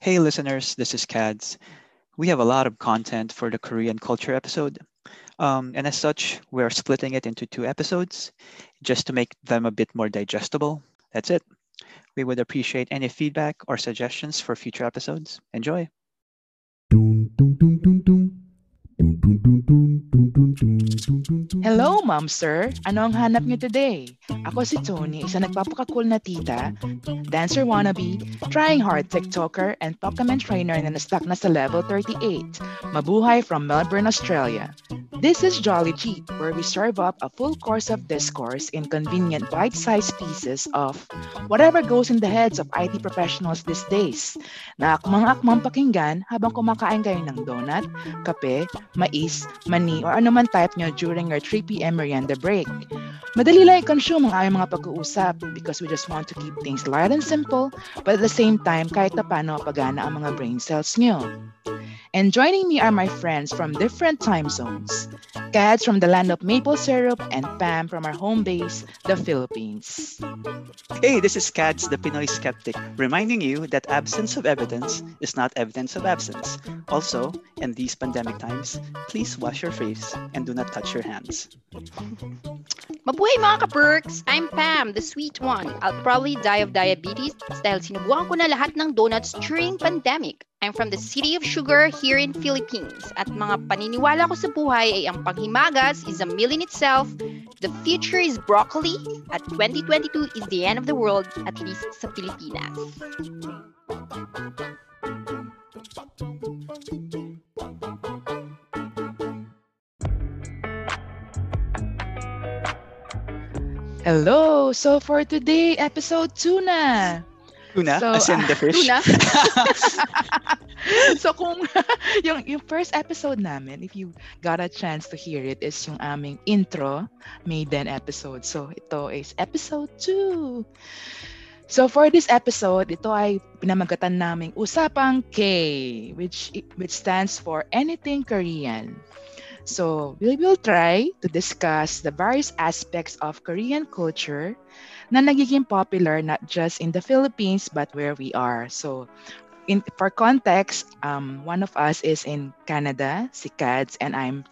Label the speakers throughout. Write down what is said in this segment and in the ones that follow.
Speaker 1: Hey, listeners, this is Cads. We have a lot of content for the Korean culture episode. Um, and as such, we're splitting it into two episodes just to make them a bit more digestible. That's it. We would appreciate any feedback or suggestions for future episodes. Enjoy.
Speaker 2: Hello?
Speaker 3: Hello, Ma'am Sir! Ano ang hanap niyo today? Ako si Tony, isa nagpapakakool na tita, dancer wannabe, trying hard TikToker, and Pokemon trainer na na-stuck na sa level 38. Mabuhay from Melbourne, Australia. This is Jolly Cheap, where we serve up a full course of discourse in convenient bite-sized pieces of whatever goes in the heads of IT professionals these days. Na akmang-akmang pakinggan habang kumakain kayo ng donut, kape, mais, mani, or anuman type nyo during your 3 p.m. merienda break. Madali lang i-consume ang aming mga pag-uusap because we just want to keep things light and simple but at the same time kahit na paano pagana ang mga brain cells nyo. And joining me are my friends from different time zones. Cads from the land of maple syrup and Pam from our home base, the Philippines.
Speaker 1: Hey, this is Cads, the Pinoy Skeptic, reminding you that absence of evidence is not evidence of absence. Also, in these pandemic times, please wash your face and do not touch your hands.
Speaker 4: Mabuhay mga ka-perks! I'm Pam, the sweet one. I'll probably die of diabetes dahil sinubukan ko na lahat ng donuts during pandemic. I'm from the city of sugar here in Philippines. At mga paniniwala ko sa buhay ay ang panghimagas is a meal in itself, the future is broccoli, at 2022 is the end of the world, at least sa Pilipinas.
Speaker 3: Hello! So for today, episode 2 na!
Speaker 1: Tuna,
Speaker 3: So,
Speaker 1: as in the fish.
Speaker 4: Tuna,
Speaker 3: so kung yung, yung first episode namin, if you got a chance to hear it, is yung aming intro maiden episode. So ito is episode 2. So for this episode, ito ay pinamagatan naming usapang K, which which stands for anything Korean. So we will try to discuss the various aspects of Korean culture na nagiging popular not just in the Philippines but where we are. So in for context, um, one of us is in Canada, si Cads, and I'm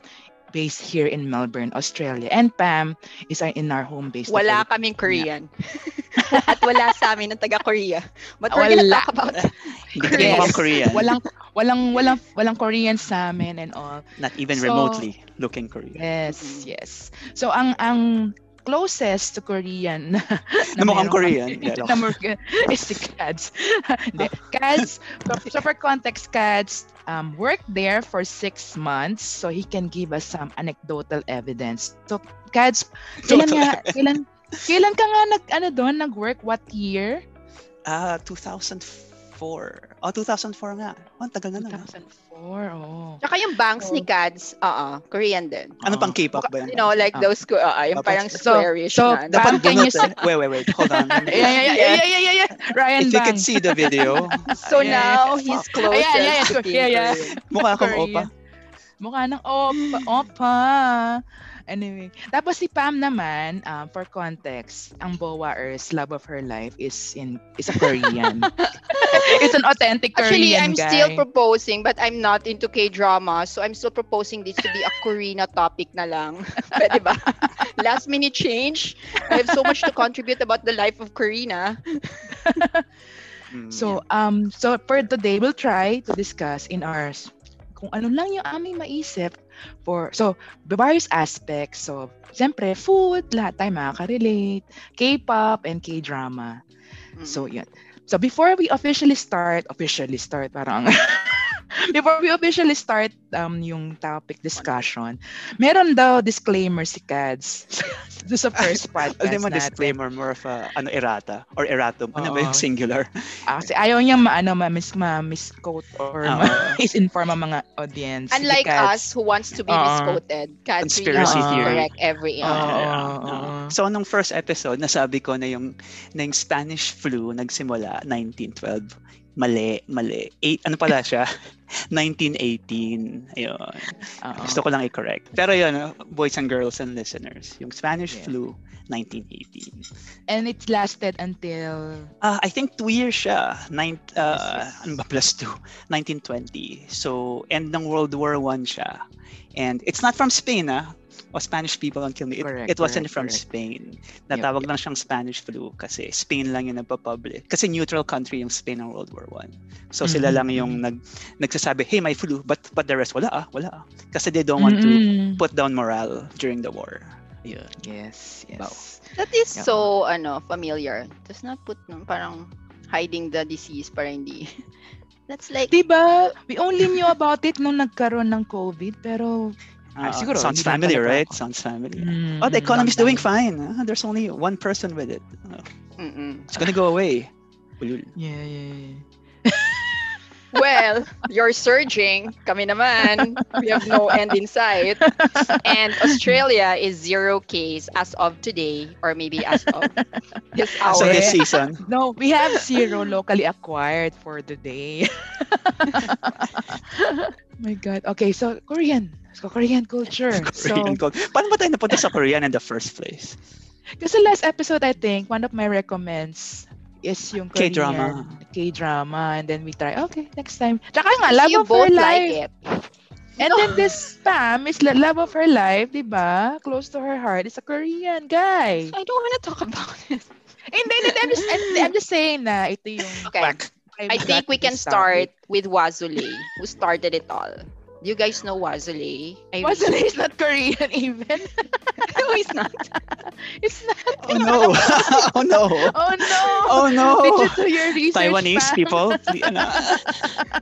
Speaker 3: based here in Melbourne, Australia. And Pam is our- in our home base. na
Speaker 4: wala
Speaker 3: Philippines.
Speaker 4: kaming Korean. at wala sa amin ng taga-Korea. But we're gonna
Speaker 3: Wala.
Speaker 4: talk about
Speaker 1: Hindi ka din
Speaker 3: Yes.
Speaker 1: mukhang Korean.
Speaker 3: Walang walang walang walang Korean sa amin and all.
Speaker 1: Not even
Speaker 3: So-
Speaker 1: remotely looking Korean.
Speaker 3: Yes,
Speaker 4: Mm-mm.
Speaker 3: yes. So ang ang closest to Korean na,
Speaker 1: Na mukhang
Speaker 3: meron
Speaker 1: Korean.
Speaker 3: kami
Speaker 1: Yeah, no.
Speaker 3: na mur- is si Cads. Hindi. Cads, so, so for context, Cads um, worked there for six months so he can give us some anecdotal evidence. So Cads, kailan
Speaker 1: Total
Speaker 3: nga, kailan, kailan ka nga nag, ano doon, nag-work? What year?
Speaker 1: Ah, 2004. Oh, 2004 nga. Oh, ang tagal na lang. ah.
Speaker 3: 2004, oh.
Speaker 4: Tsaka yung bangs
Speaker 3: So-
Speaker 4: ni Cads, oo, Korean din.
Speaker 1: Ano pang
Speaker 3: Oo.
Speaker 1: K-pop ba yan?
Speaker 4: You know, like
Speaker 3: Ah.
Speaker 4: those, squ- oo, yung
Speaker 1: Tapos-
Speaker 4: parang
Speaker 1: So-
Speaker 4: squarish
Speaker 3: so,
Speaker 4: na. ano.
Speaker 1: Dapat
Speaker 3: Pam, can
Speaker 1: ganun.
Speaker 3: you say-
Speaker 1: eh. Wait, wait, wait. Hold on.
Speaker 3: Yeah, yeah, yeah, yeah, yeah, yeah, yeah.
Speaker 1: If
Speaker 3: Ryan
Speaker 1: you
Speaker 3: Bang.
Speaker 1: could see the video,
Speaker 4: So
Speaker 3: Yeah.
Speaker 4: now he's closest
Speaker 3: Ayan, yeah, yeah,
Speaker 4: to being
Speaker 3: yeah, yeah.
Speaker 4: Korean.
Speaker 1: mukha akong
Speaker 3: Korean.
Speaker 1: opa.
Speaker 3: Mukha ng opa, opa. Anyway, tapos si Pam naman, um, for context, ang Boa Earth's love of her life is in is a Korean. it's an authentic
Speaker 4: Actually,
Speaker 3: Korean
Speaker 4: I'm
Speaker 3: guy.
Speaker 4: still proposing but I'm not into K-drama. So I'm still proposing this to be a Korean topic na lang. Pwede ba? Last minute change. I have so much to contribute about the life of Karina.
Speaker 1: Mm,
Speaker 3: So, um, so for today, we'll try to discuss in ours kung ano lang yung aming maisip for, so, the various aspects. So, siyempre, food, lahat tayo makaka-relate, K-pop and K-drama.
Speaker 1: Mm.
Speaker 3: So, yun. So, before we officially start, officially start, parang, before we officially start um, yung topic discussion, meron daw disclaimer si Cads do sa first podcast
Speaker 1: Hindi mo
Speaker 3: natin. Oh.
Speaker 1: disclaimer, more of a, ano, errata or erratum. Ano ba yung
Speaker 3: Oo.
Speaker 1: singular?
Speaker 3: Ah, kasi ayaw niya maano, ma, mis, ma misquote or
Speaker 1: Ah,
Speaker 3: ma- misinform ang mga audience.
Speaker 4: Unlike
Speaker 3: Cads.
Speaker 4: us who wants to be
Speaker 3: Oo.
Speaker 4: misquoted, Cads really
Speaker 1: Conspiracy
Speaker 4: wants to
Speaker 1: theory.
Speaker 4: correct every
Speaker 3: Oo.
Speaker 4: uh,
Speaker 3: oo.
Speaker 1: So, nung first episode, nasabi ko na yung, na yung Spanish flu nagsimula 1912. Mali, mali. Eight, ano pala siya? 1918. Ayun.
Speaker 3: Oo.
Speaker 1: Gusto ko lang i-correct. Pero yun, uh, boys and girls and listeners, yung Spanish
Speaker 3: Yeah.
Speaker 1: flu, 1918.
Speaker 3: And it lasted until
Speaker 1: Ah, I think two years siya. Nine, uh,
Speaker 3: yes.
Speaker 1: ano ba, plus two? 1920. So, end ng World War One siya. And it's not from Spain, ah. O Spanish people don't kill me. It,
Speaker 3: Correct,
Speaker 1: it wasn't from
Speaker 3: correct, correct.
Speaker 1: Spain. Natawag lang siyang Spanish flu kasi Spain lang yung nagpa-public. Kasi neutral country yung Spain ng World War One. So sila
Speaker 3: Mhm.
Speaker 1: lang yung nag nagsasabi, "Hey, may flu." But but the rest wala ah, wala ah. Kasi they don't want to
Speaker 3: Mm-mm.
Speaker 1: put down morale during the war. Ayun.
Speaker 3: Yes, yes.
Speaker 1: Wow.
Speaker 4: That is
Speaker 3: Yeah.
Speaker 4: so ano familiar. Does not put no, parang hiding the disease para hindi. That's like
Speaker 3: Diba? We only knew about it nung nagkaroon ng COVID, pero...
Speaker 1: Ah,
Speaker 3: Ah, siguro,
Speaker 1: sounds
Speaker 3: hindi lang
Speaker 1: family,
Speaker 3: talaga
Speaker 1: right?
Speaker 3: ako.
Speaker 1: Sounds family.
Speaker 3: Mm,
Speaker 1: Oh, the economy's
Speaker 3: lockdown.
Speaker 1: doing fine. Ah, there's only one person with it. Ah,
Speaker 4: mm-mm.
Speaker 1: it's gonna go away. Ulul.
Speaker 3: Yeah, yeah, yeah.
Speaker 4: Well, you're surging. Kami naman. We have no end in sight. And Australia is zero case as of today, or maybe as of this
Speaker 3: Ah,
Speaker 1: So
Speaker 4: hour.
Speaker 1: this season,
Speaker 3: No, we have zero locally acquired for the day. my God. Okay, so Korean. So Korean culture.
Speaker 1: Korean
Speaker 3: So,
Speaker 1: cult. Paano ba tayo napunta sa Korean in the first place?
Speaker 3: kasi last episode, I think, one of my recommends is yung Korean.
Speaker 1: K-drama.
Speaker 3: K-drama. And then we try, okay, next time. Tsaka nga, love
Speaker 4: you
Speaker 3: of her
Speaker 4: both
Speaker 3: life.
Speaker 4: like it.
Speaker 3: And
Speaker 4: No.
Speaker 3: then this Pam is the love of her life, di ba? Close to her heart. It's a Korean guy.
Speaker 4: I don't want to talk about it.
Speaker 3: Hindi, hindi. I'm just, I'm, I'm just saying na ito yung...
Speaker 4: Okay.
Speaker 1: Whack.
Speaker 4: I think we can start with Wazule, who started it all. Do you guys know Wazule? I
Speaker 3: Wasn't is not Korean even.
Speaker 4: no, he's not.
Speaker 3: It's not.
Speaker 1: Oh no! oh no!
Speaker 3: Oh no.
Speaker 1: Oh no!
Speaker 3: Did you do your research?
Speaker 1: Taiwanese
Speaker 3: Pam?
Speaker 1: people, pl- ano,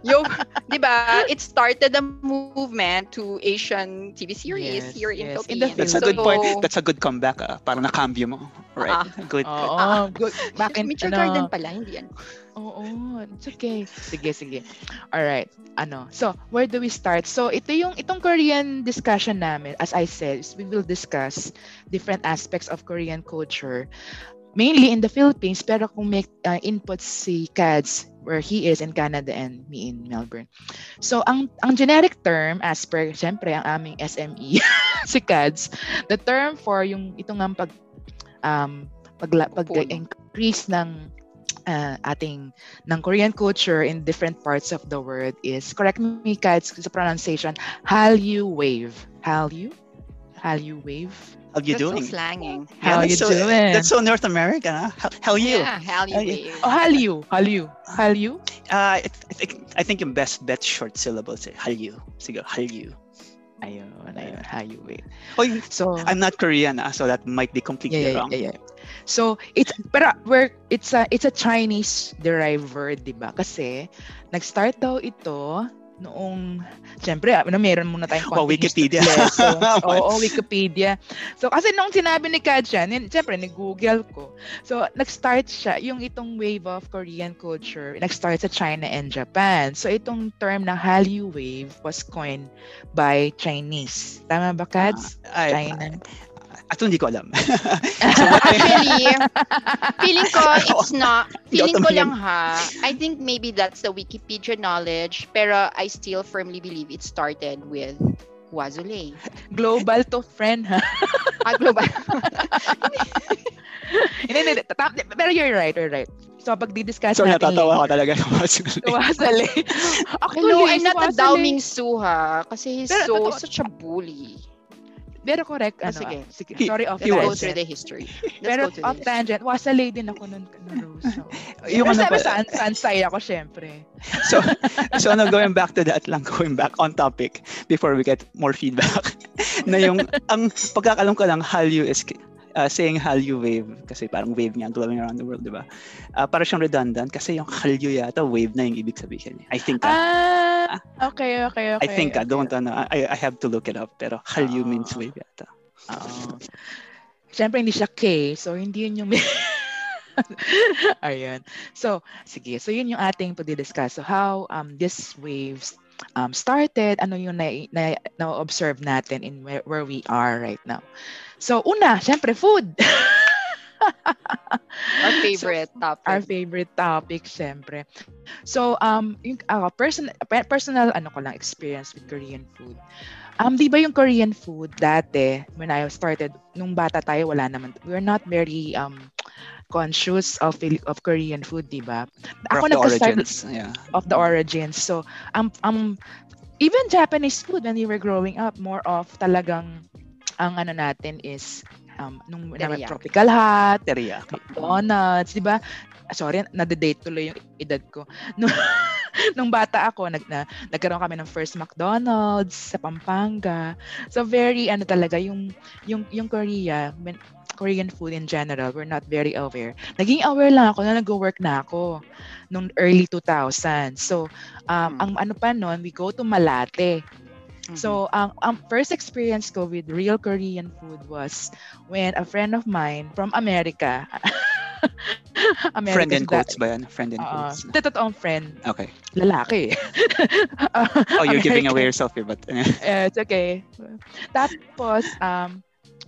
Speaker 4: Yo, di ba? It started the movement to Asian TV series
Speaker 3: Yes,
Speaker 4: here in
Speaker 3: yes, in the
Speaker 4: Philippines.
Speaker 1: that's a good point. That's a good comeback. Ah. Parang nakambyo mo. Right.
Speaker 4: Ah.
Speaker 1: Good.
Speaker 3: Oo. Oh,
Speaker 4: Ah.
Speaker 3: good. Back in,
Speaker 4: Mitchell Garden
Speaker 3: ano.
Speaker 4: pala, hindi yan.
Speaker 3: Oo. oh, It's okay. Sige, sige. Alright. Ano. So, where do we start? So, ito yung, itong Korean discussion namin, as I said, is we will discuss different aspects of Korean culture. Mainly in the Philippines, pero kung may uh, input si Cads, where he is in Canada and me in Melbourne. So, ang, ang generic term, as per, syempre, ang aming SME, si Cads, the term for yung ito nga pag um pagla, pag
Speaker 4: Puno.
Speaker 3: increase ng uh, ating ng Korean culture in different parts of the world is correct me Kads sa pronunciation Hallyu wave Hallyu Hallyu wave
Speaker 1: How you
Speaker 4: That's so
Speaker 1: doing?
Speaker 4: slanging.
Speaker 3: How
Speaker 1: that's
Speaker 3: you
Speaker 1: so,
Speaker 3: doing?
Speaker 1: That's so North American. ah. How, how you?
Speaker 4: Yeah, hell you
Speaker 1: How you-
Speaker 4: wave.
Speaker 3: oh Hallyu Hallyu Hallyu
Speaker 1: Uh, I, th- I think I think yung best bet short syllables eh. Hallyu. Siguro, hallyu.
Speaker 3: ayun ayun Hallyu wave
Speaker 1: Oy,
Speaker 3: so
Speaker 1: I'm not Korean, ah, so that might be completely
Speaker 3: yeah, yeah,
Speaker 1: wrong.
Speaker 3: yeah, yeah. So it's pero we're it's a it's a Chinese derived word, 'di ba? Kasi nag-start daw ito noong syempre ano meron muna tayong
Speaker 1: Wow,
Speaker 3: konting history
Speaker 1: Wikipedia.
Speaker 3: lesson.
Speaker 1: Wow.
Speaker 3: Oo, Wikipedia. So kasi nung sinabi ni Katjan, yun, syempre ni-google ko. So nag-start siya yung itong wave of Korean culture, nag-start sa China and Japan. So itong term na Hallyu wave was coined by Chinese. Tama ba, Kats?
Speaker 1: I,
Speaker 3: China.
Speaker 1: ato hindi ko alam.
Speaker 4: Actually, feeling ko it's not, feeling ko
Speaker 1: Dotong
Speaker 4: lang ha, I think maybe that's the Wikipedia knowledge, pero I still firmly believe it started with Wazule.
Speaker 3: Global to friend, ha?
Speaker 4: Ah, global.
Speaker 3: Hindi, hindi, hindi. Tama- Pero you're right, you're right. So, pag di-discuss
Speaker 1: so,
Speaker 3: natin
Speaker 1: natatawa ko talaga.
Speaker 3: later,
Speaker 1: Actually.
Speaker 3: Suwasali. Actually,
Speaker 4: Hello, I'm not a
Speaker 3: suwasali.
Speaker 4: Daoming Su ha, kasi he's
Speaker 3: Pero
Speaker 4: so,
Speaker 3: totoo-
Speaker 4: such a bully.
Speaker 3: Pero correct,
Speaker 4: Ah,
Speaker 3: ano,
Speaker 4: sige.
Speaker 3: ah, sige.
Speaker 1: He-
Speaker 3: Sorry, off
Speaker 4: Let's go
Speaker 1: was.
Speaker 4: through
Speaker 3: tangent.
Speaker 4: the history. Let's
Speaker 3: Pero
Speaker 4: go through
Speaker 3: off
Speaker 4: the history.
Speaker 3: tangent, wasalay din ako nun, na Rose. So.
Speaker 1: Yung
Speaker 3: Pero
Speaker 1: ano
Speaker 3: sabi
Speaker 1: pa-
Speaker 3: sa sansay ako, syempre.
Speaker 1: so, so ano, going back to that lang, going back on topic before we get more feedback, na yung, ang pagkakalam ko lang, Hallyu is, uh, saying Hallyu wave, kasi parang wave niya, glowing around the world, di ba? Uh, parang siyang redundant, kasi yung Hallyu yata, wave na yung ibig sabihin. niya. I think, ah,
Speaker 3: Ah, okay, okay, okay.
Speaker 1: I think, ah,
Speaker 3: okay.
Speaker 1: don't, ano, I, I have to look it up, pero Hallyu
Speaker 3: Ah.
Speaker 1: means wave yata.
Speaker 3: Oo. Siyempre, hindi siya K, so hindi yun yung... Ayan. So, sige. So, yun yung ating pag-discuss. So, how um, this waves um, started, ano yung na, na, na-observe natin in where, where we are right now. So, una, siyempre, food.
Speaker 4: Our favorite topic.
Speaker 3: our favorite topic, syempre. So, um, yung ako, person, pe- personal, ano ko lang, experience with Korean food. Um, di ba yung Korean food dati, when I started, nung bata tayo, wala naman, we're not very um, conscious of Fili- of Korean food, di ba?
Speaker 1: Or of the
Speaker 3: nagka-start-
Speaker 1: origins. Yeah.
Speaker 3: of the origins. So, um, um, even Japanese food when we were growing up, more of talagang ang ano natin is um, nung naman,
Speaker 4: Teriyaki.
Speaker 3: tropical hot,
Speaker 1: Teriyaki.
Speaker 3: donuts, di ba? Ah, Sorry, nadedate tuloy yung edad ko. Nung, nung bata ako, nag, na, nagkaroon kami ng first McDonald's sa Pampanga. So very ano talaga yung yung yung Korea, when- Korean food in general, we're not very aware. Naging aware lang ako na nag-work na ako nung early 2000. So, um,
Speaker 1: Hmm.
Speaker 3: ang ano pa noon, we go to Malate.
Speaker 4: Mm-hmm.
Speaker 1: Mm-hmm.
Speaker 3: So, ang ang first experience ko with real Korean food was when a friend of mine from America, America
Speaker 1: friend in
Speaker 3: si da-
Speaker 1: quotes ba yan? Friend in
Speaker 3: Oo.
Speaker 1: quotes.
Speaker 3: Hindi, totoong friend.
Speaker 1: Okay.
Speaker 3: Lalaki.
Speaker 1: Oh, you're giving
Speaker 3: American.
Speaker 1: away yourself here, but
Speaker 3: Eh, it's okay. Tapos, um,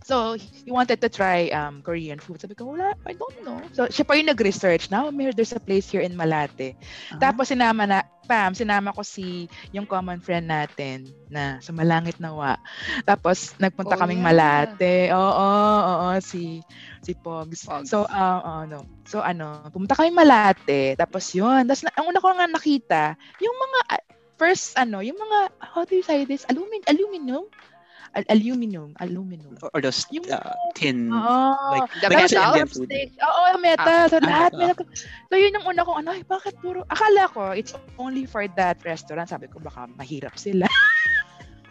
Speaker 3: so, he wanted to try um, Korean food. Sabi ko, wala, I don't know. So, siya pa yung nag-research na, oh, may- there's a place here in Malate.
Speaker 1: Ah.
Speaker 3: Tapos, sinama na, Pam, sinama ko si, yung common friend natin na sumalangit nawa. Tapos, nagpunta
Speaker 4: Oh,
Speaker 3: kaming
Speaker 4: yeah.
Speaker 3: Malate. Oo, oo, oo, si, si Pogs.
Speaker 4: Pogs.
Speaker 3: So, ah, ah, ano, so, ano, pumunta kami Malate. Tapos, yun. Tapos, na- ang una ko nga nakita, yung mga, ah, first, ano, yung mga, how do you say this? Alumin, aluminum? Al- aluminum, aluminum.
Speaker 1: or those
Speaker 3: Yung-
Speaker 1: uh, tin
Speaker 3: Oo.
Speaker 1: like
Speaker 4: The
Speaker 1: like sa Indian
Speaker 4: metal?
Speaker 1: food.
Speaker 3: Oo, yung metal. so,
Speaker 1: ah,
Speaker 3: lahat
Speaker 1: ah.
Speaker 3: metal. So, yun yung una kong ano, ay, bakit puro, akala ko, it's only for that restaurant. Sabi ko, baka mahirap sila.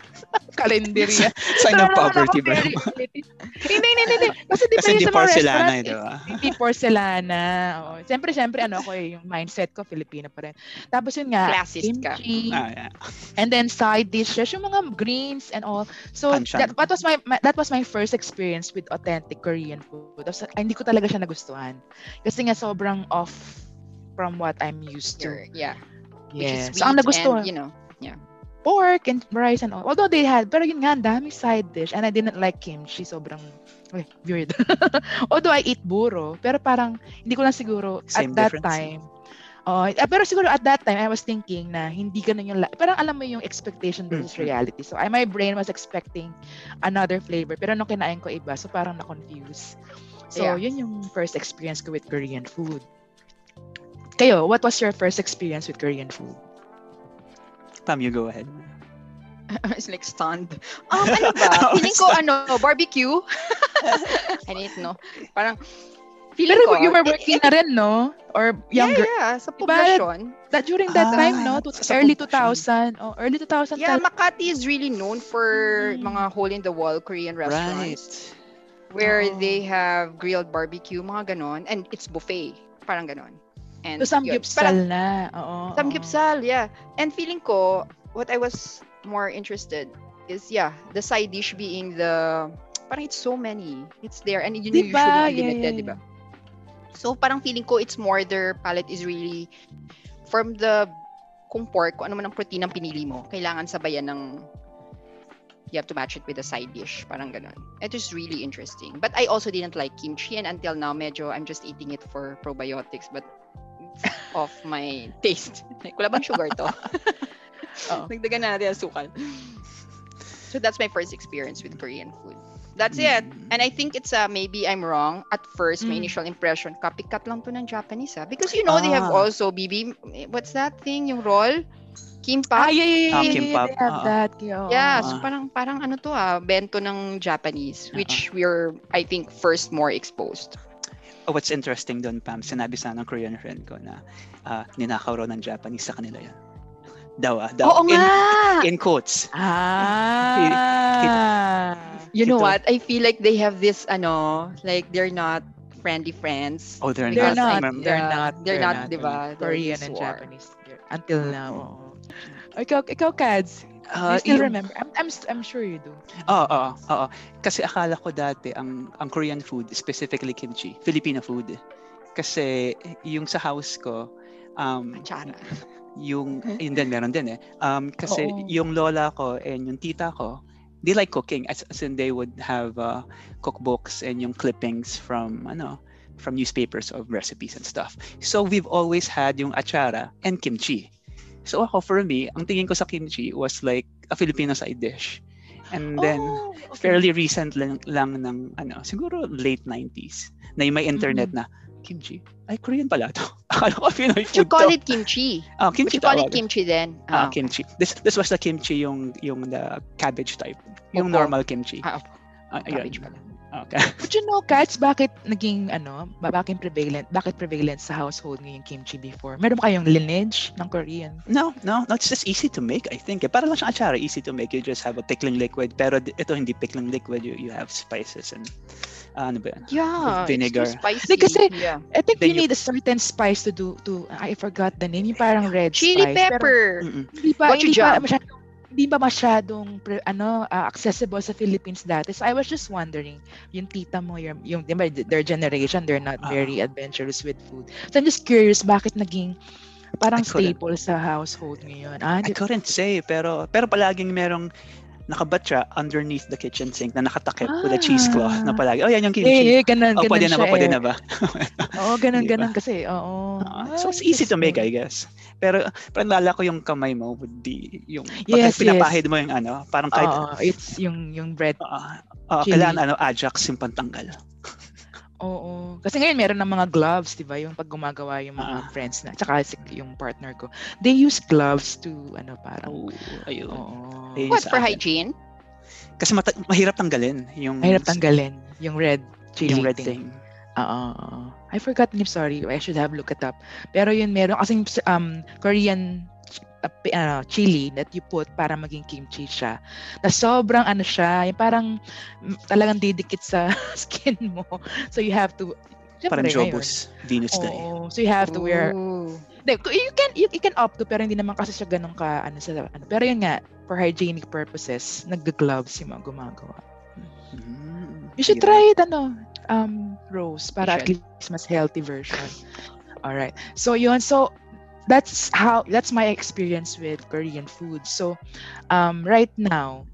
Speaker 3: Kalenderya.
Speaker 1: Sign of
Speaker 3: Wala naman
Speaker 1: poverty,
Speaker 3: ako
Speaker 1: bro.
Speaker 3: very related. Hindi, hindi, hindi. hindi. Kasi di ba
Speaker 1: Kasi
Speaker 3: yun
Speaker 1: hindi
Speaker 3: sa mga restaurant,
Speaker 1: porcelana, eh, di
Speaker 3: eh,
Speaker 1: ba?
Speaker 3: hindi porcelana. Oo. Siyempre, siyempre, ano ko eh, yung mindset ko, Filipino pa rin. Tapos yun nga,
Speaker 4: Classist ka.
Speaker 3: kimchi,
Speaker 1: Ah, yeah.
Speaker 3: and then side dishes, yung mga greens and all. So
Speaker 1: Pansyan.
Speaker 3: that, that was my, my- that was my first experience with authentic Korean food. Tapos, ay, hindi ko talaga siya nagustuhan. Kasi nga sobrang off from what I'm used to.
Speaker 4: Your- yeah. Which
Speaker 3: Yeah.
Speaker 4: is
Speaker 3: So ang
Speaker 4: wheat
Speaker 3: nagustuhan,
Speaker 4: and, you know,
Speaker 3: pork and rice and all. Although they had, pero yun nga, ang dami side dish. And I didn't like kimchi. Sobrang eh, weird. Although I eat buro, pero parang hindi ko lang siguro
Speaker 1: Same
Speaker 3: at that
Speaker 1: difference.
Speaker 3: time. Oh, eh, pero siguro at that time I was thinking na hindi ganun yung la- parang alam mo yung expectation versus
Speaker 1: Mhm.
Speaker 3: reality. So I, my brain was expecting another flavor pero nung kinain ko iba so parang na-confuse. So
Speaker 4: Yeah.
Speaker 3: yun yung first experience ko with Korean food. Kayo, what was your first experience with Korean food?
Speaker 1: Pam, you go ahead.
Speaker 4: it's like stunned. Um, ano ba? Feeling ko, ano, barbecue? I didn't know. Parang, feeling
Speaker 3: Pero
Speaker 4: ko, ah,
Speaker 3: you were working na rin, no? Or younger?
Speaker 4: Yeah, yeah, sa
Speaker 3: Diba?
Speaker 4: poblasyon.
Speaker 3: That during that
Speaker 1: Ah,
Speaker 3: time, no? To-
Speaker 1: sa
Speaker 3: early
Speaker 1: poblasyon.
Speaker 3: 2000. Oh, early 2000.
Speaker 4: Yeah,
Speaker 3: talaga.
Speaker 4: Makati is really known for
Speaker 3: Mm.
Speaker 4: mga hole-in-the-wall Korean
Speaker 1: Right.
Speaker 4: restaurants where
Speaker 3: Oo.
Speaker 4: they have grilled barbecue, mga ganon, and it's buffet, parang ganon. And
Speaker 3: so,
Speaker 4: yun,
Speaker 3: samgyupsal na. Oo. oo.
Speaker 4: parang samgyupsal, yeah. And feeling ko, what I was more interested is, yeah, the side dish being the, parang it's so many. It's there, and you, you
Speaker 3: Diba?
Speaker 4: should be
Speaker 3: Yeah, yeah,
Speaker 4: limited, diba? So parang feeling ko it's more their palate is really from the kung pork, kung ano man ang protein ang pinili mo, kailangan sabayan ng you have to match it with a side dish. Parang ganun. It is really interesting. But I also didn't like kimchi and until now, medyo I'm just eating it for probiotics but it's off my taste. Like, wala bang sugar to?
Speaker 1: Oh.
Speaker 3: Oo.
Speaker 4: Nagdagan na natin asukal. So that's my first experience with Korean food. That's
Speaker 1: Mm.
Speaker 4: it. And I think it's uh, maybe I'm wrong. At first, my
Speaker 3: Mm.
Speaker 4: initial impression, copycat lang to ng Japanese ah. Because you know, they
Speaker 1: Ah.
Speaker 4: have also BB, what's that thing? Yung roll?
Speaker 3: Ah,
Speaker 4: Kimbap?
Speaker 3: yeah, yeah, yeah,
Speaker 1: Ah,
Speaker 3: yeah, yeah,
Speaker 1: kimbap.
Speaker 3: They have
Speaker 1: Oo.
Speaker 3: that. Yeah. oo.
Speaker 4: yeah, so
Speaker 1: ah.
Speaker 4: parang, parang ano to ah, bento ng Japanese.
Speaker 1: Ah.
Speaker 4: Which we're, I think, first more exposed.
Speaker 1: Oh, what's interesting doon, Pam, sinabi sa ng Korean friend ko na ah, ninakaw raw ng Japanese sa kanila yan. Daw, ah, daw.
Speaker 4: Oo
Speaker 1: in,
Speaker 4: nga!
Speaker 1: in quotes.
Speaker 3: Ah.
Speaker 4: you know
Speaker 1: Ito.
Speaker 4: what? I feel like they have this, ano, like they're not friendly friends.
Speaker 1: Oh, they're,
Speaker 3: They're
Speaker 1: not.
Speaker 3: not.
Speaker 1: Ma'am,
Speaker 4: yeah.
Speaker 3: They're not.
Speaker 4: They're not, diba? They're
Speaker 3: Korean
Speaker 4: this
Speaker 3: and
Speaker 4: war.
Speaker 3: Japanese. They're- Until now.
Speaker 1: Oo.
Speaker 3: oo. Mm. Uh, Ikaw, ikaw, Kads.
Speaker 1: ah,
Speaker 3: you still
Speaker 1: yung-
Speaker 3: remember? I'm, I'm, I'm sure you do.
Speaker 1: Oo, oo, oo. Kasi akala ko dati ang ang Korean food, specifically kimchi, Filipino food. Kasi yung sa house ko, um,
Speaker 4: Machara.
Speaker 1: yung, yun din, meron din eh. Um, kasi
Speaker 3: Oo.
Speaker 1: yung lola ko and yung tita ko, they like cooking. As, as in, they would have uh, cookbooks and yung clippings from, ano, from newspapers of recipes and stuff. So we've always had yung achara and kimchi. So ako, for me, ang tingin ko sa kimchi was like a Filipino side dish. And then,
Speaker 4: Oh, okay.
Speaker 1: fairly recent lang, lang ng, ano, siguro late 90s, na yung may internet na, kimchi? Ay, Korean pala to. Akala ko Pinoy
Speaker 4: Would Mm-hmm. you
Speaker 1: food
Speaker 4: call
Speaker 1: to.
Speaker 4: it kimchi?
Speaker 1: Ah,
Speaker 4: Would
Speaker 1: kimchi
Speaker 4: you call it
Speaker 1: tawag.
Speaker 4: kimchi then?
Speaker 1: Ah,
Speaker 4: Ah,
Speaker 1: kimchi. This this was the kimchi yung yung the cabbage type. Yung
Speaker 4: Opo.
Speaker 1: normal kimchi.
Speaker 4: Ah, opo.
Speaker 1: Ah, ayun.
Speaker 4: cabbage pala.
Speaker 1: Okay.
Speaker 3: Would you know, Cats, bakit naging, ano, ba- bakit prevalent, bakit prevalent sa household niyo yung kimchi before? Meron ba kayong lineage ng Korean?
Speaker 1: No, no, no, it's just easy to make, I think. Eh, Para lang siyang achara, easy to make. You just have a pickling liquid. Pero d- ito hindi pickling liquid. You, you have spices and ah, ano ba yan?
Speaker 4: Yeah,
Speaker 1: vinegar.
Speaker 4: It's too spicy.
Speaker 3: Like, kasi-
Speaker 4: yeah.
Speaker 3: I think
Speaker 1: Then
Speaker 3: you,
Speaker 1: you-
Speaker 3: need a certain spice to do, to, I forgot the name, yung parang red
Speaker 4: Chili
Speaker 3: spice. Pero
Speaker 4: pepper.
Speaker 1: Mm-mm.
Speaker 3: hindi pa, hindi pa
Speaker 4: Gochujang.
Speaker 3: masyadong, hindi ba masyadong, pre- ano, ah, accessible sa Philippines dati? So I was just wondering, yung tita mo, yung, yung di ba, their generation, they're not
Speaker 1: Ah.
Speaker 3: very adventurous with food. So I'm just curious, bakit naging,
Speaker 1: I
Speaker 3: parang
Speaker 1: couldn't.
Speaker 3: staple sa household ngayon? Ah,
Speaker 1: I
Speaker 3: di-
Speaker 1: couldn't say, pero pero palaging merong nakabatya underneath the kitchen sink na nakatakip with a cheesecloth na
Speaker 3: Ah.
Speaker 1: palagi. Oh, yan yung kimchi.
Speaker 3: eh, eh, ganun,
Speaker 1: oh,
Speaker 3: ganun
Speaker 1: pwede na ba?
Speaker 3: siya
Speaker 1: Pwede
Speaker 3: eh.
Speaker 1: na ba?
Speaker 3: Oo, ganun,
Speaker 1: Di ba?
Speaker 3: ganun kasi. Oo.
Speaker 1: Ah, so
Speaker 3: Ah,
Speaker 1: it's easy to make,
Speaker 3: interesting.
Speaker 1: I guess. Pero parang lala ko yung kamay mo would be yung
Speaker 3: Yes, yes.
Speaker 1: pag pinapahid mo yung ano, parang kahit
Speaker 3: Oo, it's yung, yung bread.
Speaker 1: ah, ah,
Speaker 3: Chili.
Speaker 1: kailangan ano, Ajax yung pantanggal.
Speaker 3: Oo. Kasi ngayon meron ng mga gloves, di ba? Yung pag gumagawa yung
Speaker 1: Ah.
Speaker 3: mga friends na. Tsaka si, yung partner ko. They use gloves to, ano, parang.
Speaker 1: Oh, ayun.
Speaker 3: Oo.
Speaker 1: Ayun.
Speaker 4: What,
Speaker 1: sa
Speaker 4: for
Speaker 1: akin.
Speaker 4: hygiene?
Speaker 1: Kasi mata- mahirap tanggalin yung
Speaker 3: Mahirap tanggalin. Yung red chili
Speaker 1: yung red thing.
Speaker 3: Oo. oo. I forgot name, sorry. I should have looked it up. Pero yun, meron kasing um, Korean ch- uh, pi- ano, chili that you put para maging kimchi siya. Na sobrang ano siya, yung parang mm, talagang didikit sa skin mo. So you have to,
Speaker 1: Parang
Speaker 3: syempre, ngayon.
Speaker 1: Jobus, Venus Day.
Speaker 3: Oo. So you have to wear
Speaker 4: Ooh.
Speaker 3: Hindi, ku- you can you, you can opt to pero hindi naman kasi siya ganun ka ano sa ano. Pero yun nga, for hygienic purposes, nagga-gloves yung mga gumagawa.
Speaker 1: Mm,
Speaker 3: You should
Speaker 1: hirap.
Speaker 3: try it ano, um Rose para
Speaker 4: You
Speaker 3: at least mas healthy version. All right. So yun, so that's how that's my experience with Korean food. So um right now,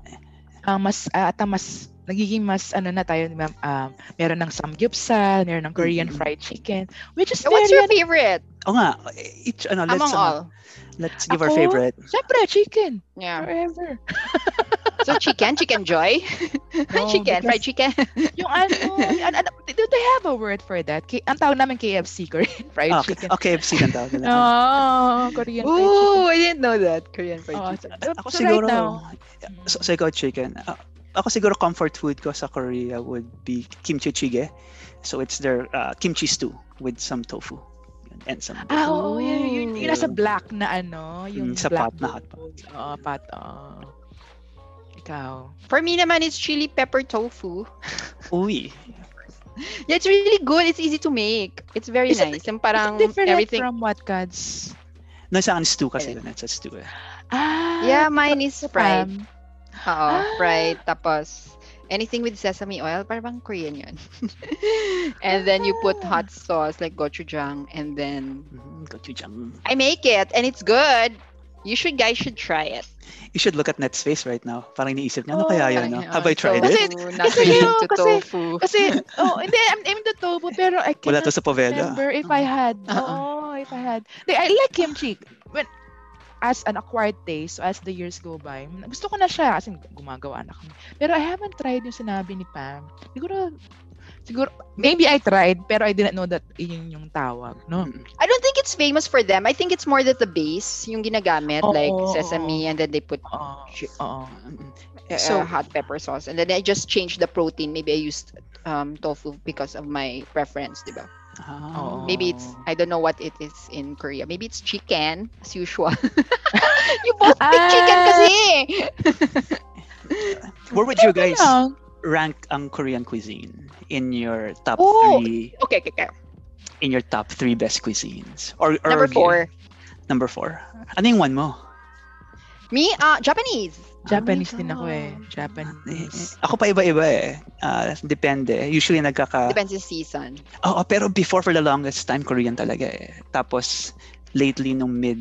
Speaker 3: uh, mas ah, at ang mas nagiging mas ano na tayo, ma'am, um, meron ng samgyeopsal, meron ng Korean
Speaker 1: Mhm.
Speaker 3: fried chicken, which is
Speaker 4: What's
Speaker 3: very,
Speaker 4: your
Speaker 3: ano,
Speaker 4: favorite
Speaker 1: O nga, each, ano, let's,
Speaker 4: among
Speaker 1: ano,
Speaker 4: all?
Speaker 1: let's give our
Speaker 3: Ako?
Speaker 1: favorite.
Speaker 3: syempre, chicken,
Speaker 4: Yeah.
Speaker 3: forever.
Speaker 4: So chicken, chicken joy.
Speaker 3: No,
Speaker 4: chicken, fried
Speaker 3: because-
Speaker 4: chicken.
Speaker 3: Yung ano, an, an, do they have a word for that? K- ang tawag namin KFC, Korean fried
Speaker 1: Ah,
Speaker 3: chicken.
Speaker 1: okay, KFC lang tawag nila.
Speaker 3: Oh, Korean fried chicken.
Speaker 4: Ooh, I didn't know that. Korean fried
Speaker 3: Oh,
Speaker 4: chicken.
Speaker 3: so, so,
Speaker 1: Ako
Speaker 3: so
Speaker 1: siguro,
Speaker 3: right now,
Speaker 1: so, so ikaw chicken. A- ako siguro comfort food ko sa Korea would be kimchi jjigae. So it's their uh, kimchi stew with some tofu and some
Speaker 3: ah, oo, yun, yun, yun,
Speaker 4: Ooh.
Speaker 3: nasa black na ano, yung
Speaker 1: Mm, sa
Speaker 3: black
Speaker 1: pot na hot pot.
Speaker 3: bulbul. Oo, pot, oo. Ikaw.
Speaker 4: For me naman, it's chili pepper tofu.
Speaker 1: uy.
Speaker 4: Yeah, it's really good. It's easy to make. It's very
Speaker 3: Is it-
Speaker 4: nice.
Speaker 3: Parang
Speaker 4: And parang
Speaker 3: Is it different
Speaker 4: everything.
Speaker 3: from what, Kads?
Speaker 1: No, sa akin stew kasi yun. It's a stew eh.
Speaker 3: Ah,
Speaker 4: Yeah, mine is
Speaker 3: sa
Speaker 4: fried.
Speaker 3: Pam.
Speaker 4: Oo,
Speaker 3: Ah.
Speaker 4: fried. Tapos, anything with sesame oil, parang Korean yun. and then you put
Speaker 3: Ah.
Speaker 4: hot sauce like gochujang and then
Speaker 1: Mm, gochujang.
Speaker 4: I make it and it's good. You should guys should try it.
Speaker 1: You should look at Net's face right now. Parang iniisip niya, ano
Speaker 3: Oh,
Speaker 1: kaya
Speaker 4: Parang
Speaker 1: yun? No?
Speaker 4: yun,
Speaker 1: Have I tried
Speaker 4: tofu,
Speaker 1: it?
Speaker 4: Not
Speaker 3: kasi
Speaker 4: really
Speaker 3: yun,
Speaker 4: into
Speaker 3: kasi-
Speaker 4: tofu.
Speaker 3: Kasi, oh, hindi, I'm, I'm the tofu, pero I
Speaker 1: Wala
Speaker 3: cannot
Speaker 1: to sa povela.
Speaker 3: remember if
Speaker 1: mm.
Speaker 3: I had.
Speaker 1: Ah.
Speaker 4: Uh-uh.
Speaker 3: Oo, if I had. Di, I like kimchi. When, as an acquired taste, so as the years go by, gusto ko na siya kasi gumagawa na kami. Pero I haven't tried yung sinabi ni Pam. Siguro, siguro, maybe I tried, pero I didn't know that yun yung tawag, no?
Speaker 1: Mm.
Speaker 4: I don't think it's famous for them. I think it's more that the base yung ginagamit
Speaker 3: Oo,
Speaker 4: like
Speaker 3: oo,
Speaker 4: sesame and then they put
Speaker 3: Oo.
Speaker 4: Sh-
Speaker 3: Oo.
Speaker 1: Mm.
Speaker 4: uh,
Speaker 1: So-
Speaker 4: hot pepper sauce and then I just changed the protein. Maybe I used um, tofu because of my preference, diba?
Speaker 1: Ah.
Speaker 4: Maybe it's
Speaker 3: Oh.
Speaker 4: I don't know what it is in Korea. Maybe it's chicken as usual. you both pick chicken
Speaker 3: Ah.
Speaker 4: kasi. eh.
Speaker 1: Where would you guys
Speaker 3: Ano?
Speaker 1: rank ang Korean cuisine in your top
Speaker 4: Oh.
Speaker 1: three
Speaker 4: Okay, okay, okay.
Speaker 1: in your top three best cuisines? Or, or
Speaker 4: Number four.
Speaker 1: Number four. Ano yung one mo?
Speaker 4: Me, uh, Japanese.
Speaker 3: Japanese din
Speaker 1: God.
Speaker 3: ako eh.
Speaker 1: Eh, eh,
Speaker 3: Japanese.
Speaker 1: Ako pa iba-iba eh. Ah, depende. Usually nagkaka...
Speaker 4: Depends on season.
Speaker 1: Oo, pero before for the longest time, Korean talaga eh. Tapos, lately nung mid,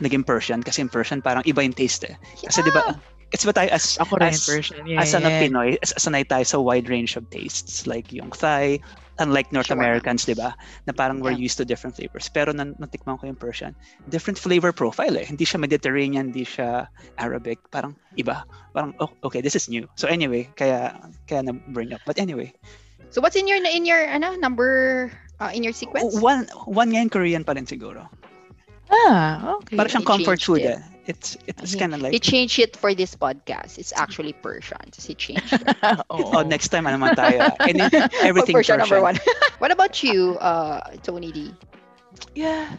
Speaker 1: naging Persian. Kasi yung Persian, parang iba yung taste eh. Kasi di ba, kasi ba tayo as,
Speaker 3: Ah! Ako rin,
Speaker 1: as,
Speaker 3: person. Yeah,
Speaker 1: as an
Speaker 3: yeah.
Speaker 1: Pinoy, as, sanay tayo sa wide range of tastes. Like yung Thai, Unlike North
Speaker 4: Shawarma.
Speaker 1: Americans, di ba? Na parang we're
Speaker 4: Yeah.
Speaker 1: used to different flavors. Pero nan natikman ko yung Persian, different flavor profile eh. Hindi siya Mediterranean, hindi siya Arabic. Parang iba. Parang, oh, okay, this is new. So anyway, kaya, kaya na-bring up. But anyway,
Speaker 4: So what's in your in your ano number uh, in your sequence?
Speaker 1: one, one ngayon Korean pa rin siguro.
Speaker 3: Ah, okay.
Speaker 1: Parang siyang
Speaker 4: They
Speaker 1: comfort
Speaker 4: changed
Speaker 1: food
Speaker 4: it.
Speaker 1: eh. It's, it's
Speaker 4: Okay.
Speaker 1: kind of
Speaker 4: He
Speaker 1: like,
Speaker 4: changed it for this podcast. It's actually Persian. He changed it.
Speaker 1: oh,
Speaker 3: Oo.
Speaker 1: next time, ano man tayo. ah. And then, everything
Speaker 4: Persian,
Speaker 1: Persian.
Speaker 4: number one. what about you, uh, Tony D?
Speaker 3: Yeah.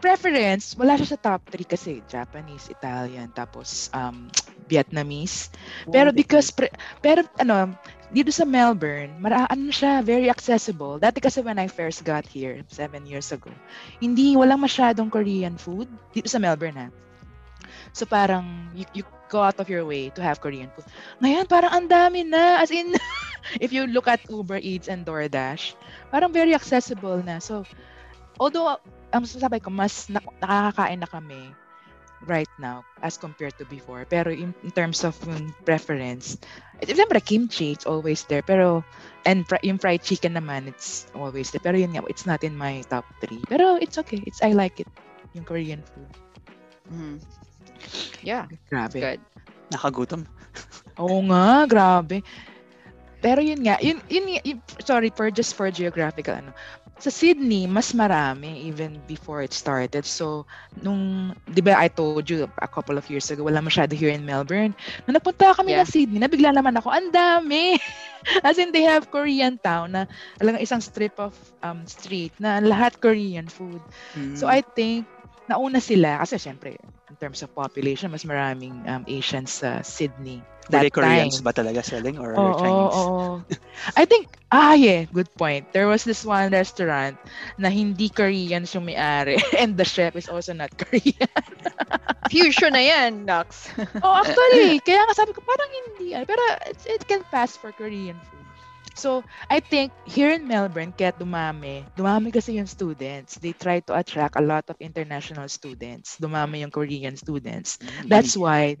Speaker 3: Preference, wala siya sa top 3 kasi Japanese, Italian, tapos um, Vietnamese. Pero because pre- pero ano, dito sa Melbourne, mara ano siya, very accessible. Dati kasi when I first got here, seven years ago, hindi, walang masyadong Korean food dito sa Melbourne ha. So parang you, you go out of your way to have Korean food. Ngayon, parang ang dami na. As in, if you look at Uber Eats and DoorDash, parang very accessible na. So, although, ang sasabay ko, mas nak- nakakakain na kami right now as compared to before. Pero in, in terms of yung preference, eh, siyempre kimchi, it's always there. Pero, and fri- yung fried chicken naman, it's always there. Pero yun nga, it's not in my top three. Pero it's okay. It's I like it. Yung Korean food.
Speaker 4: Mhm. Yeah,
Speaker 3: Grabe.
Speaker 4: good.
Speaker 1: Nakagutom.
Speaker 3: Oo nga, grabe. Pero yun nga, yun, yun, nga- yun- sorry, for just for geographical, ano. Sa Sydney, mas marami even before it started. So, nung, di ba I told you a couple of years ago, wala masyado here in Melbourne. Nung napunta kami
Speaker 4: Yeah.
Speaker 3: ng Sydney, nabigla naman ako, ang dami! As in, they have Korean town na talagang isang strip of um, street na lahat Korean food.
Speaker 1: Hmm.
Speaker 3: So I think nauna sila kasi syempre in terms of population mas maraming um, Asians sa Sydney
Speaker 1: Were
Speaker 3: that
Speaker 1: they Koreans
Speaker 3: time.
Speaker 1: ba talaga selling or
Speaker 3: Oo,
Speaker 1: Chinese?
Speaker 3: oo, oo. I think ah yeah, good point. There was this one restaurant na hindi Koreans yung may-ari and the chef is also not Korean.
Speaker 4: Fusion na yan, Nox.
Speaker 3: oh, actually, kaya nga sabi ko parang hindi ah. pero it's, it can pass for Korean food. So, I think here in Melbourne, kaya dumami, dumami kasi yung students. They try to attract a lot of international students. Dumami yung Korean students.
Speaker 1: Mm.
Speaker 3: That's why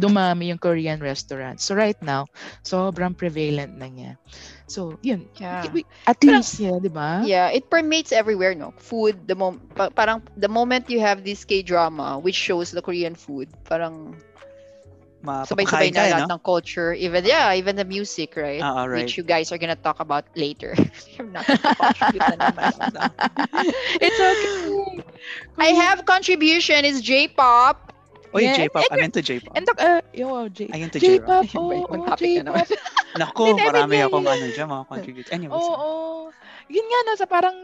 Speaker 3: dumami yung Korean restaurant. So right now, sobrang prevalent na niya. So, yun.
Speaker 4: Yeah.
Speaker 3: We- At
Speaker 4: Parang-
Speaker 3: least, yeah, di ba?
Speaker 4: Ah. Yeah, it permeates everywhere, no? Food, the mom pa- parang the moment you have this K-drama which shows the Korean food, parang sabay-sabay
Speaker 1: Mapapakain Ah,
Speaker 4: na
Speaker 1: tayo,
Speaker 4: lahat
Speaker 1: eh, no?
Speaker 4: ng culture, even yeah, even the music, right?
Speaker 1: Ah, ah, right.
Speaker 4: Which you guys are gonna talk about later. I'm not gonna contribute na naman.
Speaker 1: Ah.
Speaker 3: It's okay.
Speaker 4: I have contribution is J-pop.
Speaker 1: Oy,
Speaker 3: Yeah.
Speaker 1: J-pop. I'm into J-pop.
Speaker 3: And, uh, yo, J-
Speaker 1: I'm into J-pop.
Speaker 3: J-pop,
Speaker 4: Iba
Speaker 3: oo,
Speaker 4: ibang
Speaker 3: oh,
Speaker 4: topic na naman.
Speaker 3: J-pop.
Speaker 1: Naku,
Speaker 3: Then every
Speaker 1: marami
Speaker 3: day-
Speaker 1: akong ano dyan, mga contribute. Anyways.
Speaker 3: Oo, Yun nga, no, sa parang,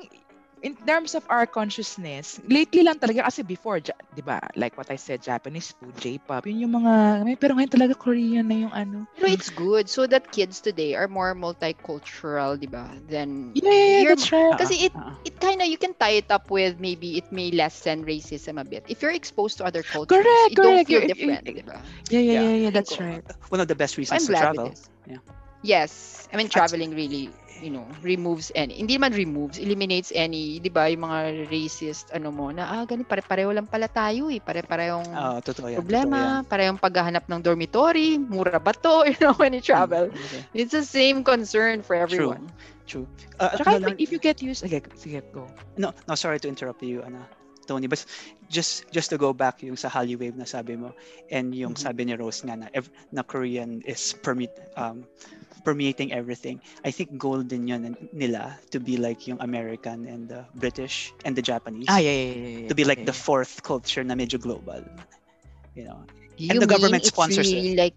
Speaker 3: in terms of our consciousness, lately lang talaga, kasi before, Ja- di ba, like what I said, Japanese food, J-pop, yun yung mga, may- pero ngayon talaga Korean na yung ano.
Speaker 4: Pero it's good so that kids today are more multicultural, di ba? Then
Speaker 3: Yeah, yeah, yeah,
Speaker 4: you're-
Speaker 3: that's right.
Speaker 4: Kasi it
Speaker 1: ah, ah.
Speaker 4: it kind of you can tie it up with maybe it may lessen racism a bit if you're exposed to other cultures.
Speaker 3: Correct,
Speaker 4: you
Speaker 3: correct.
Speaker 4: don't feel
Speaker 3: You- you-
Speaker 4: different,
Speaker 3: you-
Speaker 4: di ba?
Speaker 3: Yeah, yeah,
Speaker 1: Yeah.
Speaker 3: yeah, yeah, that's right.
Speaker 1: One of the best
Speaker 4: So I'm
Speaker 1: reasons to
Speaker 4: glad
Speaker 1: travel.
Speaker 4: with this.
Speaker 1: Yeah.
Speaker 4: Yes, I mean traveling really, you know, removes any hindi man removes, eliminates any, 'di ba, yung mga racist ano mo na ah ganun pare-pareho lang pala tayo eh, pare-parehong
Speaker 1: Oo, Oh, Ah, totoo yan.
Speaker 4: problema, parehong paghahanap ng dormitory, mura ba to, you know, when you
Speaker 1: totoo yan.
Speaker 4: travel.
Speaker 1: Mm, okay.
Speaker 4: It's the same concern for everyone.
Speaker 1: True. Uh,
Speaker 3: Tsaka
Speaker 1: ano lang-
Speaker 3: if, if you get used, okay, sige, go.
Speaker 1: no, no, sorry to interrupt you, ano, Tony, but just just to go back yung sa Hallyu Wave na sabi mo and yung
Speaker 3: Mhm.
Speaker 1: sabi ni Rose nga na, ev- na Korean is permeat, um, permeating everything. I think goal din yun n- nila to be like yung American and the British and the Japanese.
Speaker 3: Ah, yeah, yeah, yeah, yeah.
Speaker 1: To be like the
Speaker 3: yeah,
Speaker 1: fourth culture na medyo global. You know,
Speaker 4: You
Speaker 1: And the government
Speaker 4: mean
Speaker 1: sponsors
Speaker 4: it's really like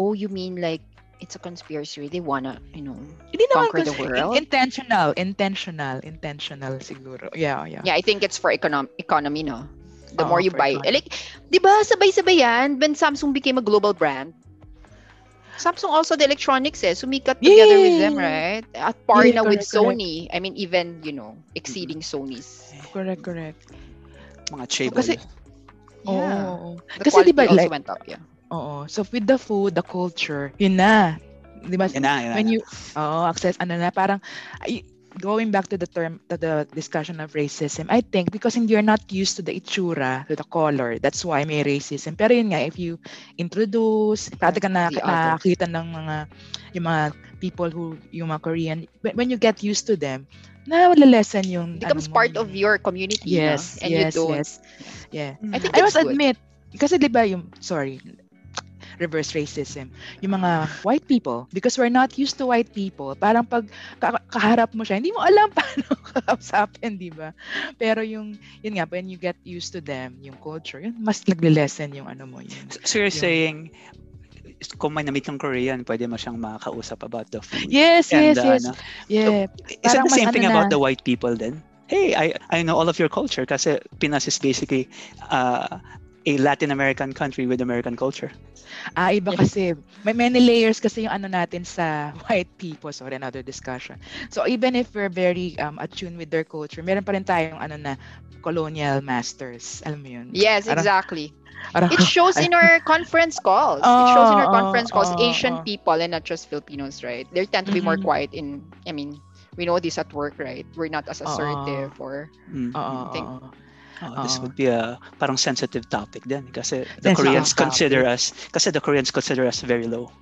Speaker 4: oh, you mean like it's a conspiracy. They wanna, you know.
Speaker 3: yeah. Hindi naman
Speaker 4: conquer the
Speaker 3: kasi-
Speaker 4: world.
Speaker 3: Intentional, intentional, intentional siguro. Yeah, yeah.
Speaker 4: Yeah, I think it's for econom economy, no. The
Speaker 3: Oo,
Speaker 4: more you
Speaker 3: for
Speaker 4: buy,
Speaker 3: economy.
Speaker 4: like, di ba sabay-sabay yan when Samsung became a global brand? Samsung also the electronics eh, sumikat
Speaker 3: Yeah,
Speaker 4: together
Speaker 3: yeah,
Speaker 4: with
Speaker 3: yeah,
Speaker 4: them,
Speaker 3: yeah.
Speaker 4: right? At par
Speaker 3: Yeah,
Speaker 4: na with
Speaker 3: correct, correct. Mm-hmm.
Speaker 4: Sony. I mean, even, you know, exceeding Sony's.
Speaker 3: Correct, correct.
Speaker 1: mga chaebol.
Speaker 3: Kasi-
Speaker 4: Yeah.
Speaker 3: Oo. Oh.
Speaker 4: The
Speaker 3: Kasi
Speaker 4: quality
Speaker 3: di ba,
Speaker 4: also
Speaker 3: like-
Speaker 4: went up, yeah.
Speaker 3: Oo. So with the food, the culture, yun na. Di ba?
Speaker 1: Yan na, yan na.
Speaker 3: When you, oh, access, ano na, parang, ay, going back to the term to the discussion of racism, I think because you're not used to the itsura, to the color, that's why may racism. Pero yun nga, if you introduce, dati ka na,
Speaker 4: The other.
Speaker 3: nakakita ng mga, yung mga people who, yung mga Korean, when, when you get used to them, nawala-lessen yung,
Speaker 4: becomes
Speaker 3: ano mo,
Speaker 4: part
Speaker 3: yung-
Speaker 4: of your community. no?
Speaker 3: mm, Yes,
Speaker 4: And
Speaker 3: yes,
Speaker 4: you don't.
Speaker 3: yes. Yeah.
Speaker 1: Mm.
Speaker 4: I think
Speaker 3: I
Speaker 4: that's
Speaker 3: must
Speaker 4: good.
Speaker 3: admit, kasi di ba yung, sorry, reverse racism, yung mga white people, because we're not used to white people, parang pag ka- kaharap mo siya, hindi mo alam paano kakausapin, di ba? Pero yung, yun nga, when you get used to them, yung culture, yun, mas nagle-lessen yung ano mo yun.
Speaker 1: So, so you're
Speaker 3: Yeah.
Speaker 1: saying, kung may na-meet ng Korean, pwede mo siyang makakausap about the food.
Speaker 3: Yes,
Speaker 1: And,
Speaker 3: yes,
Speaker 1: uh,
Speaker 3: yes.
Speaker 1: ano,
Speaker 3: yeah.
Speaker 1: Is that
Speaker 3: Parang
Speaker 1: the same
Speaker 3: mas
Speaker 1: thing
Speaker 3: ano
Speaker 1: about
Speaker 3: na.
Speaker 1: the white people then? Hey, I, I know all of your culture kasi Pinas is basically uh, a Latin American country with American culture.
Speaker 3: Ah, iba kasi. May many layers kasi yung ano natin sa white people. Sorry, another discussion. So, even if we're very um, attuned with their culture, meron pa rin tayong ano na colonial masters. Alam mo yun?
Speaker 4: Yes,
Speaker 3: Parang-
Speaker 4: exactly.
Speaker 3: Parang-
Speaker 4: It shows in our conference calls. it shows in
Speaker 3: Oh,
Speaker 4: our
Speaker 3: oh,
Speaker 4: conference calls
Speaker 3: oh, oh.
Speaker 4: Asian people and not just Filipinos, right? They tend to be more
Speaker 3: Mhm.
Speaker 4: quiet in I mean, we know this at work, right? We're not as
Speaker 3: Oh, oh.
Speaker 4: assertive or
Speaker 1: Mm.
Speaker 3: Oo, oo,
Speaker 4: Think-
Speaker 3: oo.
Speaker 1: Oh, this
Speaker 3: Oo.
Speaker 1: would be a parang sensitive topic then kasi the
Speaker 3: Sensitive
Speaker 1: Koreans
Speaker 3: topic.
Speaker 1: consider us kasi the Koreans consider us very low.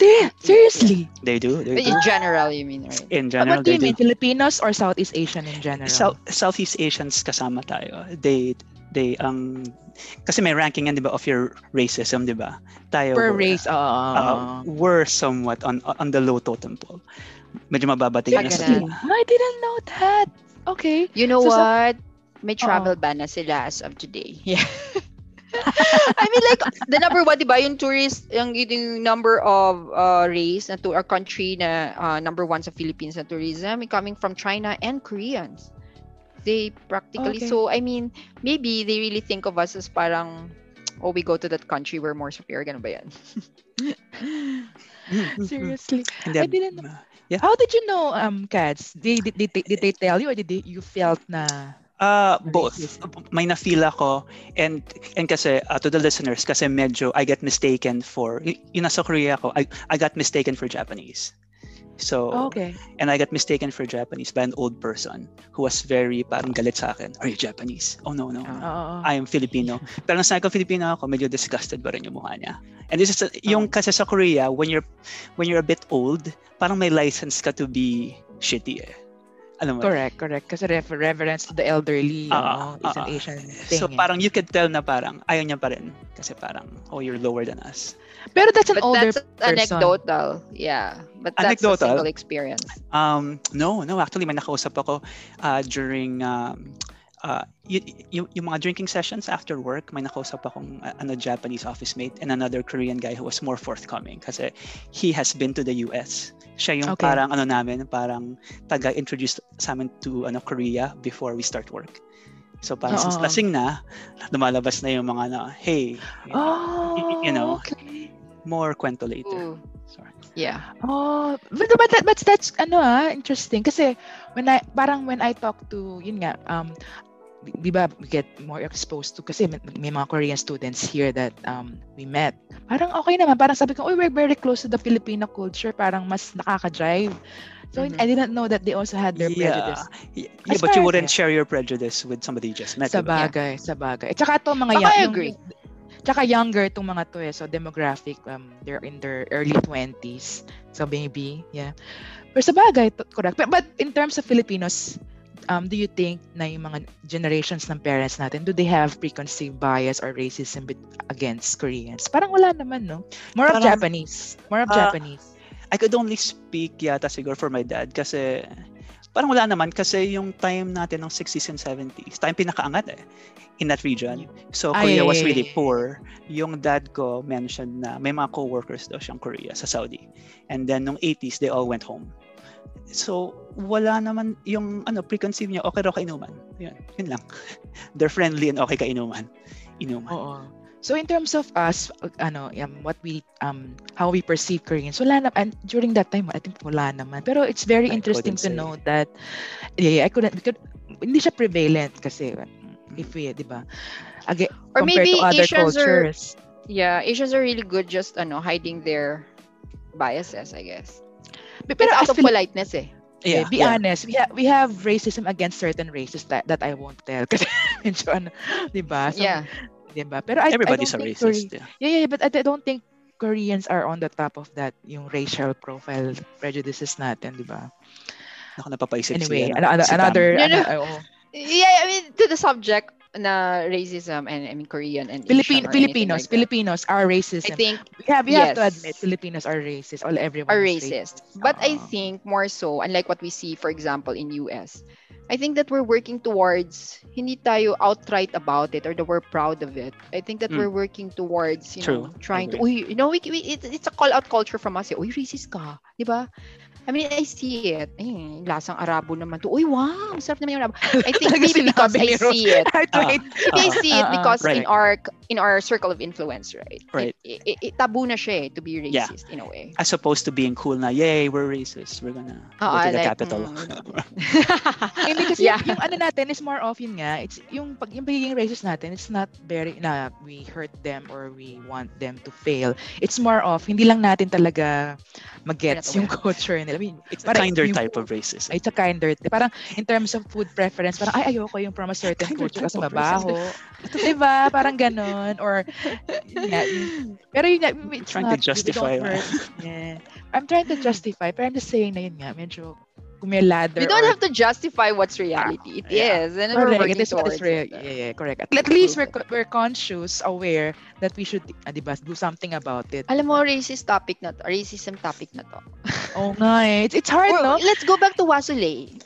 Speaker 3: Te- seriously?
Speaker 1: They do. They do.
Speaker 4: in general, you mean, right?
Speaker 1: In general,
Speaker 3: what
Speaker 1: they
Speaker 3: do you
Speaker 1: do.
Speaker 3: mean? Filipinos or Southeast Asian in general?
Speaker 1: South, Southeast Asians kasama tayo. They they um kasi may ranking yan 'di ba of your racism 'di ba? Tayo
Speaker 3: Per
Speaker 1: were-
Speaker 3: race, oo. oo,
Speaker 1: uh,
Speaker 3: oo.
Speaker 1: were somewhat on on the low totem pole. Medyo mababa tingin na sa
Speaker 4: Ganun.
Speaker 3: Seriously?
Speaker 1: kanila.
Speaker 3: I didn't know that. Okay.
Speaker 4: You know
Speaker 3: So
Speaker 4: what? May
Speaker 3: Oo.
Speaker 4: travel ban na sila as of today.
Speaker 3: Yeah.
Speaker 4: I mean like the number one, 'di ba, yung tourist, yung, yung number of uh, race na to our country na uh, number one sa Philippines na tourism coming from China and Koreans. They practically
Speaker 3: Okay.
Speaker 4: so I mean, maybe they really think of us as parang oh, we go to that country, we're more superior, ganun ba yan?
Speaker 3: Seriously.
Speaker 1: Mm-hmm. And then,
Speaker 3: I didn't know.
Speaker 1: Yeah.
Speaker 3: How did you know, um, cats? Did, did, did, did they tell you or did they, you felt na
Speaker 1: Uh, both.
Speaker 3: Racism.
Speaker 1: May na-feel ako and and kasi uh, to the listeners kasi medyo I get mistaken for y- yun nasa Korea ako I, I got mistaken for Japanese. So
Speaker 3: okay.
Speaker 1: and I got mistaken for Japanese by an old person who was very parang galit sa akin. Are you Japanese? Oh no
Speaker 3: Ah.
Speaker 1: no. no.
Speaker 3: Oo.
Speaker 1: I am Filipino. Pero nung sinabi ko Filipino ako, medyo disgusted pa rin yung mukha niya. And this is, a- yung kasi sa Korea, when you're, when you're a bit old, parang may license ka to be shitty eh. Alam mo,
Speaker 3: correct, correct. Kasi refer- reverence to the elderly,
Speaker 1: Ah,
Speaker 3: uh, is an
Speaker 1: ah, ah.
Speaker 3: Asian thing.
Speaker 1: So
Speaker 3: eh.
Speaker 1: parang you could tell na parang ayaw niya pa rin kasi parang oh you're lower than us.
Speaker 3: Pero that's an
Speaker 4: But
Speaker 3: older
Speaker 4: that's
Speaker 3: person.
Speaker 4: anecdotal. Yeah. But that's
Speaker 1: Anecdotal?
Speaker 4: a single experience.
Speaker 1: Um no, no actually may nakausap ako uh, during um, uh, y- y- yung mga drinking sessions after work, may nakausap akong uh, ano, Japanese office mate and another Korean guy who was more forthcoming kasi he has been to the US. Siya yung
Speaker 3: Okay.
Speaker 1: parang ano namin, parang taga-introduce sa amin to ano, Korea before we start work. So parang since
Speaker 3: Oo.
Speaker 1: lasing na, lumalabas na yung mga na, hey,
Speaker 3: Oh,
Speaker 1: You know.
Speaker 3: okay.
Speaker 1: more kwento later.
Speaker 4: Ooh,
Speaker 1: Sorry.
Speaker 4: yeah.
Speaker 3: Oh, but, but, that, but that's, ano ah, interesting. Kasi, when I, parang when I talk to, yun nga, um, di- di ba, we get more exposed to, kasi may, may mga Korean students here that um, we met. Parang okay naman, parang sabi ko, uy, we're very close to the Filipino culture, parang mas nakaka-drive. So,
Speaker 4: Mhm.
Speaker 3: I didn't know that they also had their
Speaker 1: Mm-hmm. Yeah.
Speaker 3: prejudice.
Speaker 1: Y-
Speaker 3: As
Speaker 1: Yeah, but you
Speaker 3: far as
Speaker 1: wouldn't
Speaker 3: I-
Speaker 1: share your prejudice with somebody you just met.
Speaker 3: Sa
Speaker 1: diba?
Speaker 3: bagay, sa bagay. At saka to mga
Speaker 4: Baka I
Speaker 3: yung-
Speaker 4: agree.
Speaker 3: Tsaka younger itong mga to eh. So demographic, um, they're in their early 20s. So maybe, yeah. Pero sa bagay, to- correct. But, but in terms of Filipinos, um, do you think na yung mga generations ng parents natin, do they have preconceived bias or racism bet- against Koreans? Parang wala naman, no? More of
Speaker 1: Parang-
Speaker 3: Japanese. More of
Speaker 1: Ah,
Speaker 3: Japanese.
Speaker 1: I could only speak yata siguro for my dad kasi parang wala naman kasi yung time natin ng 60s and 70s, time pinakaangat eh in that region. So
Speaker 3: Ay,
Speaker 1: Korea was
Speaker 3: ay,
Speaker 1: really
Speaker 3: ay, ay.
Speaker 1: poor. Yung dad ko mentioned na may mga co-workers daw siyang Korea sa Saudi. And then nung 80s, they all went home. So wala naman yung ano preconceived niya okay raw kainuman. Yun, yun lang. They're friendly and okay kainuman. Inuman.
Speaker 3: Oo. So in terms of us, uh, ano, um, what we, um, how we perceive Koreans, wala na, and during that time, I think wala naman. Pero it's very
Speaker 1: I
Speaker 3: interesting to
Speaker 1: couldn't say.
Speaker 3: know that, yeah, yeah, I couldn't, because hindi siya prevalent kasi, um, if we, di ba, aga-
Speaker 4: Mm-hmm. Or
Speaker 3: compared
Speaker 4: maybe
Speaker 3: to other
Speaker 4: Asians are
Speaker 3: cultures.
Speaker 4: Yeah, Asians are really good just ano hiding their biases, I guess.
Speaker 3: But,
Speaker 4: Pero
Speaker 3: pero as
Speaker 4: out of
Speaker 3: Fili-
Speaker 4: politeness eh.
Speaker 1: Yeah.
Speaker 3: be
Speaker 1: yeah.
Speaker 3: honest, we, ha- we have racism against certain races that, that I won't tell kasi medyo ano, 'di ba? So,
Speaker 4: yeah.
Speaker 3: 'di ba? Pero I, I
Speaker 1: Everybody's a
Speaker 3: don't think
Speaker 1: racist. eh. Yeah.
Speaker 3: Yeah, yeah, but I, I don't think Koreans are on the top of that yung racial profile prejudices natin, 'di ba?
Speaker 1: Ako napapaisip si,
Speaker 3: Anyway,
Speaker 1: ano,
Speaker 3: ano, ano,
Speaker 1: si Pam.
Speaker 3: another
Speaker 4: No, no.
Speaker 3: ano, oh,
Speaker 4: Yeah, I mean to the subject na racism and I mean Korean and
Speaker 3: oh, Filipino,
Speaker 4: Asian or
Speaker 3: Filipinos,
Speaker 4: anything like
Speaker 3: Filipinos are
Speaker 4: that. I
Speaker 3: racism.
Speaker 4: think
Speaker 3: we have, we have to
Speaker 4: yes.
Speaker 3: admit Filipinos are racist. All everyone
Speaker 4: are
Speaker 3: is
Speaker 4: racist. But I
Speaker 1: uh-huh.
Speaker 3: Oo.
Speaker 4: think more so, unlike what we see, for example, in US, I think that we're working towards, hindi tayo outright about it or that we're proud of it. I think that
Speaker 1: Mm.
Speaker 4: we're working towards, you
Speaker 1: True.
Speaker 4: know, trying to, uy, you know, we, we, it's, it's a call-out culture from us. eh. Uy, racist ka. Di ba? I mean, I see it. Eh, lasang Arabo naman to. Uy, wow, ang sarap naman yung Arabo. I think
Speaker 3: Talaga
Speaker 4: maybe because
Speaker 3: sinabi ni
Speaker 4: I
Speaker 3: Rose.
Speaker 4: see it.
Speaker 3: I tried.
Speaker 4: I
Speaker 1: Oo.
Speaker 4: see it
Speaker 3: Ah, ah.
Speaker 4: because
Speaker 1: Uh-huh. Right.
Speaker 4: in our in our circle of influence, right?
Speaker 1: Right.
Speaker 4: It, it, it, tabu na siya eh, to be
Speaker 1: Yeah.
Speaker 4: racist in a way.
Speaker 1: As opposed to being cool na, yay, we're racist. We're gonna
Speaker 4: Oo,
Speaker 1: go to the
Speaker 4: like,
Speaker 1: capital.
Speaker 4: mm.
Speaker 3: Hindi kasi
Speaker 4: yeah.
Speaker 3: yung, yung ano natin is more of yun nga, it's yung pag yung pagiging racist natin, it's not very na we hurt them or we want them to fail. It's more of hindi lang natin talaga magets yung culture nila. I mean,
Speaker 1: It's a
Speaker 3: parang
Speaker 1: kinder
Speaker 3: yung-
Speaker 1: type of racism.
Speaker 3: it's a kinder. Parang in terms of food preference, parang ay ayoko yung from a certain
Speaker 1: Kinder
Speaker 3: culture kasi
Speaker 1: type of
Speaker 3: mabaho. 'Di ba? Diba? Parang ganun or yeah, yun. pero yun nga, it's
Speaker 1: Trying to
Speaker 3: not, we don't
Speaker 1: justify.
Speaker 3: hurt. Yeah. I'm trying to justify, pero I'm just saying na yun nga, medyo kung may ladder
Speaker 4: we don't
Speaker 3: or-
Speaker 4: have to justify what's reality. It is,
Speaker 3: Yeah.
Speaker 4: and we're
Speaker 3: Correct.
Speaker 4: working
Speaker 3: It is what is
Speaker 4: towards
Speaker 3: real.
Speaker 4: it.
Speaker 3: Yeah, yeah, correct. At, at least we're, co- we're conscious, aware that we should, ah, di ba, do something about it.
Speaker 4: Alam mo, racist topic na to. Racism topic na to.
Speaker 3: Oo nga eh. It's, it's hard,
Speaker 4: Or-
Speaker 3: no?
Speaker 4: Let's go back to Wasulay.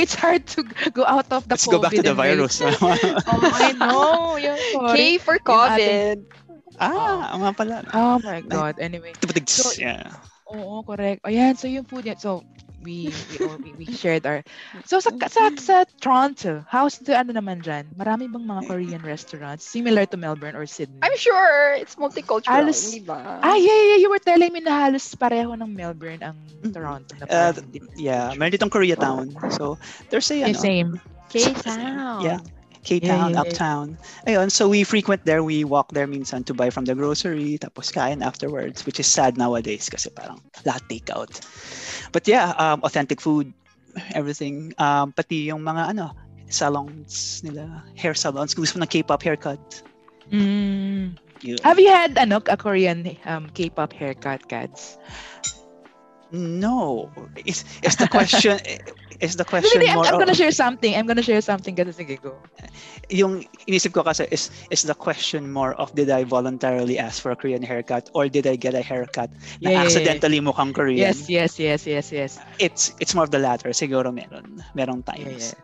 Speaker 3: It's hard to g- go out of the
Speaker 1: Let's
Speaker 3: COVID.
Speaker 1: go back to the
Speaker 3: and really-
Speaker 1: virus.
Speaker 3: Oh, I know. Yung sorry.
Speaker 4: K for
Speaker 3: ating-
Speaker 4: COVID.
Speaker 1: ah, ang nga pala.
Speaker 3: Oh my God. Anyway.
Speaker 1: Tupatig-
Speaker 3: So,
Speaker 1: yeah.
Speaker 3: Oo, correct. Ayan, so yung food niya. So, we, we, all- we, we shared our... So,
Speaker 1: Mm.
Speaker 3: sa, sa, sa Toronto, how's the ano naman dyan? Marami bang mga
Speaker 1: Mm.
Speaker 3: Korean restaurants similar to Melbourne or Sydney?
Speaker 4: I'm sure it's multicultural,
Speaker 3: Alos-
Speaker 4: di ba?
Speaker 1: um,
Speaker 3: Ah, yeah, yeah, you were telling me na halos pareho ng Melbourne ang
Speaker 1: Mm.
Speaker 3: Toronto. Na
Speaker 1: Uh,
Speaker 3: parang different
Speaker 1: Yeah,
Speaker 3: culture.
Speaker 1: meron ditong Koreatown. So, there's a,
Speaker 3: Yeah,
Speaker 1: ano,
Speaker 3: same.
Speaker 4: K-Town.
Speaker 1: Yeah. K-Town,
Speaker 3: Yeah, yeah, yeah.
Speaker 1: Uptown. Ayun, so we frequent there, we walk there minsan to buy from the grocery, tapos kain afterwards, which is sad nowadays kasi parang lahat takeout. But yeah, um, authentic food, everything. Um, pati yung mga ano, salons nila, hair salons. Kung gusto mo ng K-pop haircut, Ah,
Speaker 3: Mm.
Speaker 1: yun.
Speaker 3: Have you had ano, a Korean um, K-pop haircut, Cats?
Speaker 1: No. Is, is the question, is the question
Speaker 3: Really, I'm,
Speaker 1: more
Speaker 3: I'm
Speaker 1: of-
Speaker 3: gonna share something. I'm gonna share something kasi sige go.
Speaker 1: yung inisip ko kasi is is the question more of did I voluntarily ask for a Korean haircut or did I get a haircut na
Speaker 3: Yeah, yeah, yeah.
Speaker 1: accidentally mukhang Korean?
Speaker 3: Yes, yes, yes, yes, yes.
Speaker 1: It's it's more of the latter. Siguro meron. Merong
Speaker 3: Yeah, yeah.
Speaker 1: times.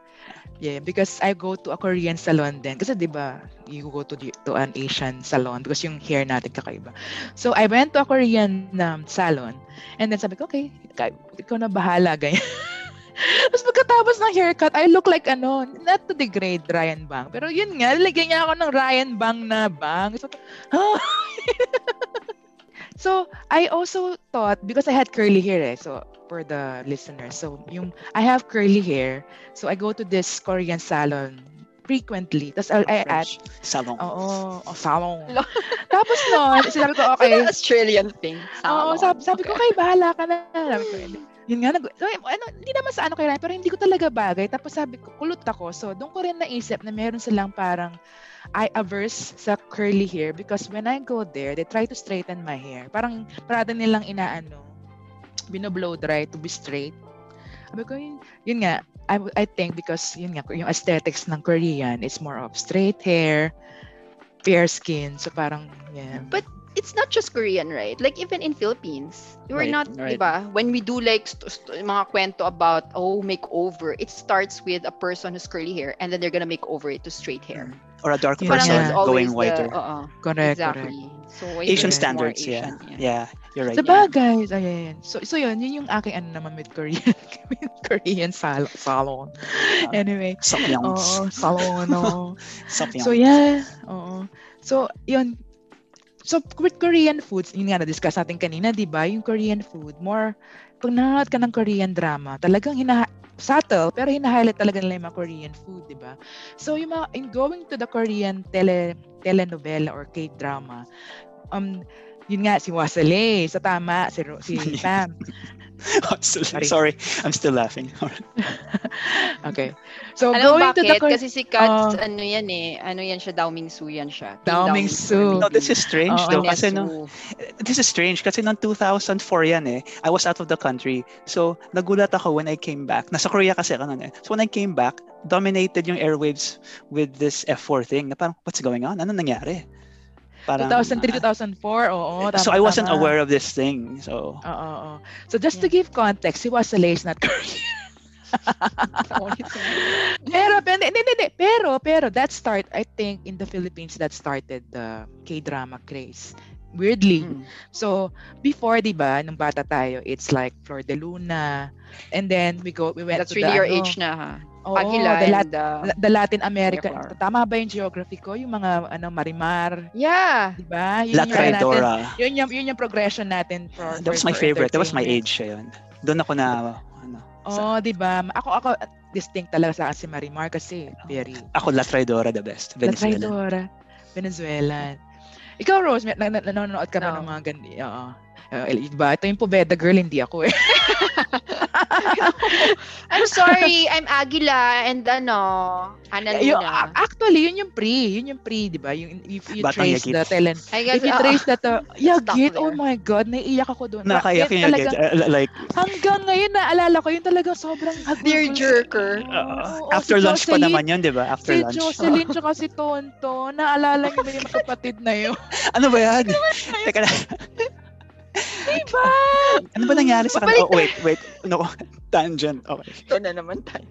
Speaker 3: Yeah, because I go to a Korean salon then. Kasi 'di ba, you go to the, to an Asian salon because yung hair natin kakaiba. So I went to a Korean um, salon and then sabi ko, okay, ikaw, ikaw na bahala ganyan. Tapos pagkatapos ng haircut, I look like ano, not to degrade Ryan Bang. Pero yun nga, lalagyan niya ako ng Ryan Bang na bang. So, "Huh?" so I also thought, because I had curly hair eh, so for the listeners. So yung, I have curly hair. So I go to this Korean salon frequently. Tapos I, I add,
Speaker 1: French salon.
Speaker 3: oo, oh, salon.
Speaker 4: Lo-
Speaker 3: Tapos nun, sinabi ko,
Speaker 4: Is it
Speaker 3: okay.
Speaker 4: an Australian thing?
Speaker 3: Oo, sabi,
Speaker 4: Salon.
Speaker 3: sabi ko, okay, bahala ka na. Sabi ko,
Speaker 4: Okay.
Speaker 3: yun nga, nag- so, ano, hindi naman sa ano kay Ryan, pero hindi ko talaga bagay. Tapos sabi ko, kulot ako. So, doon ko rin naisip na meron silang parang I averse sa curly hair because when I go there, they try to straighten my hair. Parang parada nilang inaano, binoblow dry to be straight. Sabi ko, yun, yun nga, I, w- I think because yun nga, yung aesthetics ng Korean, it's more of straight hair, fair skin. So parang, yeah.
Speaker 4: But it's not just Korean, right? Like even in Philippines, we're
Speaker 1: Right,
Speaker 4: not,
Speaker 1: right.
Speaker 4: diba? When we do like st- st- mga kwento about oh makeover, it starts with a person who's curly hair and then they're gonna make over it to straight hair.
Speaker 1: Mm. Or a dark
Speaker 3: Yeah.
Speaker 4: Parang
Speaker 1: person
Speaker 4: it's
Speaker 1: going
Speaker 4: always
Speaker 1: whiter.
Speaker 3: oh.
Speaker 4: the uh,
Speaker 3: correct, correct.
Speaker 4: exactly. So I think
Speaker 1: Asian
Speaker 4: it's more
Speaker 1: standards,
Speaker 4: Asian,
Speaker 1: yeah. yeah. You're right.
Speaker 3: Sa bagay, ayan. So, so yun, yun yung aking ano naman with Korean, with Korean sal- salon. Anyway. Oo,
Speaker 1: Samyongs.
Speaker 3: salon, oo.
Speaker 1: Samyongs.
Speaker 3: so yeah, oo. So, yun. So, with Korean foods, yun nga na-discuss natin kanina, di ba? Yung Korean food, more, pag nanonood ka ng Korean drama, talagang hina subtle, pero hina-highlight talaga nila yung mga Korean food, di ba? So, yung mga, in going to the Korean tele, telenovela or K-drama, um, Yun nga, si Wasale. Sa tama, si, Ro- si Pam.
Speaker 1: Sorry.
Speaker 3: Sorry.
Speaker 1: Sorry, I'm still laughing.
Speaker 3: Okay. So, Oh,
Speaker 4: Alam mo
Speaker 3: going to the...
Speaker 4: bakit?
Speaker 3: cor-
Speaker 4: Kasi si
Speaker 3: Oh.
Speaker 4: Cats, ano yan eh. Ano yan siya? Daoming Su yan siya. Team
Speaker 3: Dao
Speaker 4: Daoming
Speaker 3: Mingsu.
Speaker 1: no, this is strange
Speaker 3: Oo,
Speaker 1: though.
Speaker 4: Daoming
Speaker 1: Kasi no,
Speaker 4: Su.
Speaker 1: this is strange kasi noong 2004 yan eh, I was out of the country. So, nagulat ako when I came back. Nasa Korea kasi ako noon eh. So, when I came back, dominated yung airwaves with this F4 thing. Na parang, what's going on? Ano nangyari?
Speaker 3: 2003, 2004. Oo,
Speaker 1: eh, so, I
Speaker 3: tama,
Speaker 1: wasn't
Speaker 3: tama.
Speaker 1: aware of this thing. So,
Speaker 3: Oo, oo. So, just to give context, si Wasale is not Korean.
Speaker 4: Oh,
Speaker 3: Pero, pero, hindi, hindi, hindi. pero, pero, that start, I think, in the Philippines, that started the K-drama craze. Weirdly.
Speaker 4: Mm.
Speaker 3: So, before, di ba, nung bata tayo, it's like Flor de Luna. And then, we go, we went
Speaker 4: That's
Speaker 3: to
Speaker 4: really
Speaker 3: the,
Speaker 4: your
Speaker 3: ano,
Speaker 4: age na ha.
Speaker 3: oo,
Speaker 4: Aguila
Speaker 3: Oh, the, Lat-
Speaker 4: and, uh,
Speaker 3: the Latin America.
Speaker 4: Flor.
Speaker 3: Tama ba yung geography ko? Yung mga, ano, Marimar,
Speaker 4: Yeah.
Speaker 3: di ba? Yun
Speaker 1: La
Speaker 3: yung ano natin-
Speaker 1: Traidora.
Speaker 3: Yun yung, yun yung progression natin. For,
Speaker 1: That was my
Speaker 3: for- for
Speaker 1: favorite. That was my
Speaker 3: entertainment.
Speaker 1: age siya yun. Doon ako na, ano,
Speaker 3: Oo, Oh, di ba? Ako, ako, distinct talaga sa akin si Marimar kasi
Speaker 4: Oh.
Speaker 3: very
Speaker 1: ako La Traidora the best.
Speaker 3: La
Speaker 1: Venezuelan.
Speaker 3: Traidora. Venezuelan. Ikaw, Rose, may- na- na- nanonood ka ba
Speaker 4: No.
Speaker 3: ng mga ganun? Oo. Uh, diba? Ito yung Poveda girl, hindi ako eh.
Speaker 4: I'm sorry. I'm Aguila and ano,
Speaker 3: yung,
Speaker 4: Analina.
Speaker 3: a- actually, yun yung pre. Yun yung pre, di ba? Yung, if you
Speaker 1: Batang
Speaker 3: trace
Speaker 1: Yagit.
Speaker 3: the talent.
Speaker 4: I guess,
Speaker 3: If you
Speaker 4: ah,
Speaker 3: trace that, uh,
Speaker 4: Stuck
Speaker 3: Yagit, oh
Speaker 4: there.
Speaker 3: my God, naiiyak ako doon.
Speaker 1: Nakakayak
Speaker 3: Bakit
Speaker 1: yun.
Speaker 3: talaga,
Speaker 1: uh, like,
Speaker 3: hanggang ngayon, naalala ko, yun talaga sobrang hagulgul.
Speaker 4: Tearjerker.
Speaker 1: uh,
Speaker 3: Oo,
Speaker 1: after
Speaker 3: Oh, si
Speaker 1: lunch pa
Speaker 3: Jocelyn-
Speaker 1: naman yun, di ba? After
Speaker 3: Si
Speaker 1: lunch.
Speaker 3: Jocelyn tsaka si Tonto, naalala niyo ba yung kapatid na yun?
Speaker 1: Ano ba yan? Teka lang.
Speaker 3: Diba?
Speaker 1: Ano ba nangyari sa kanila?
Speaker 4: Babalik
Speaker 1: Oh, wait, wait. No, tangent. Okay.
Speaker 4: Ito na naman tayo.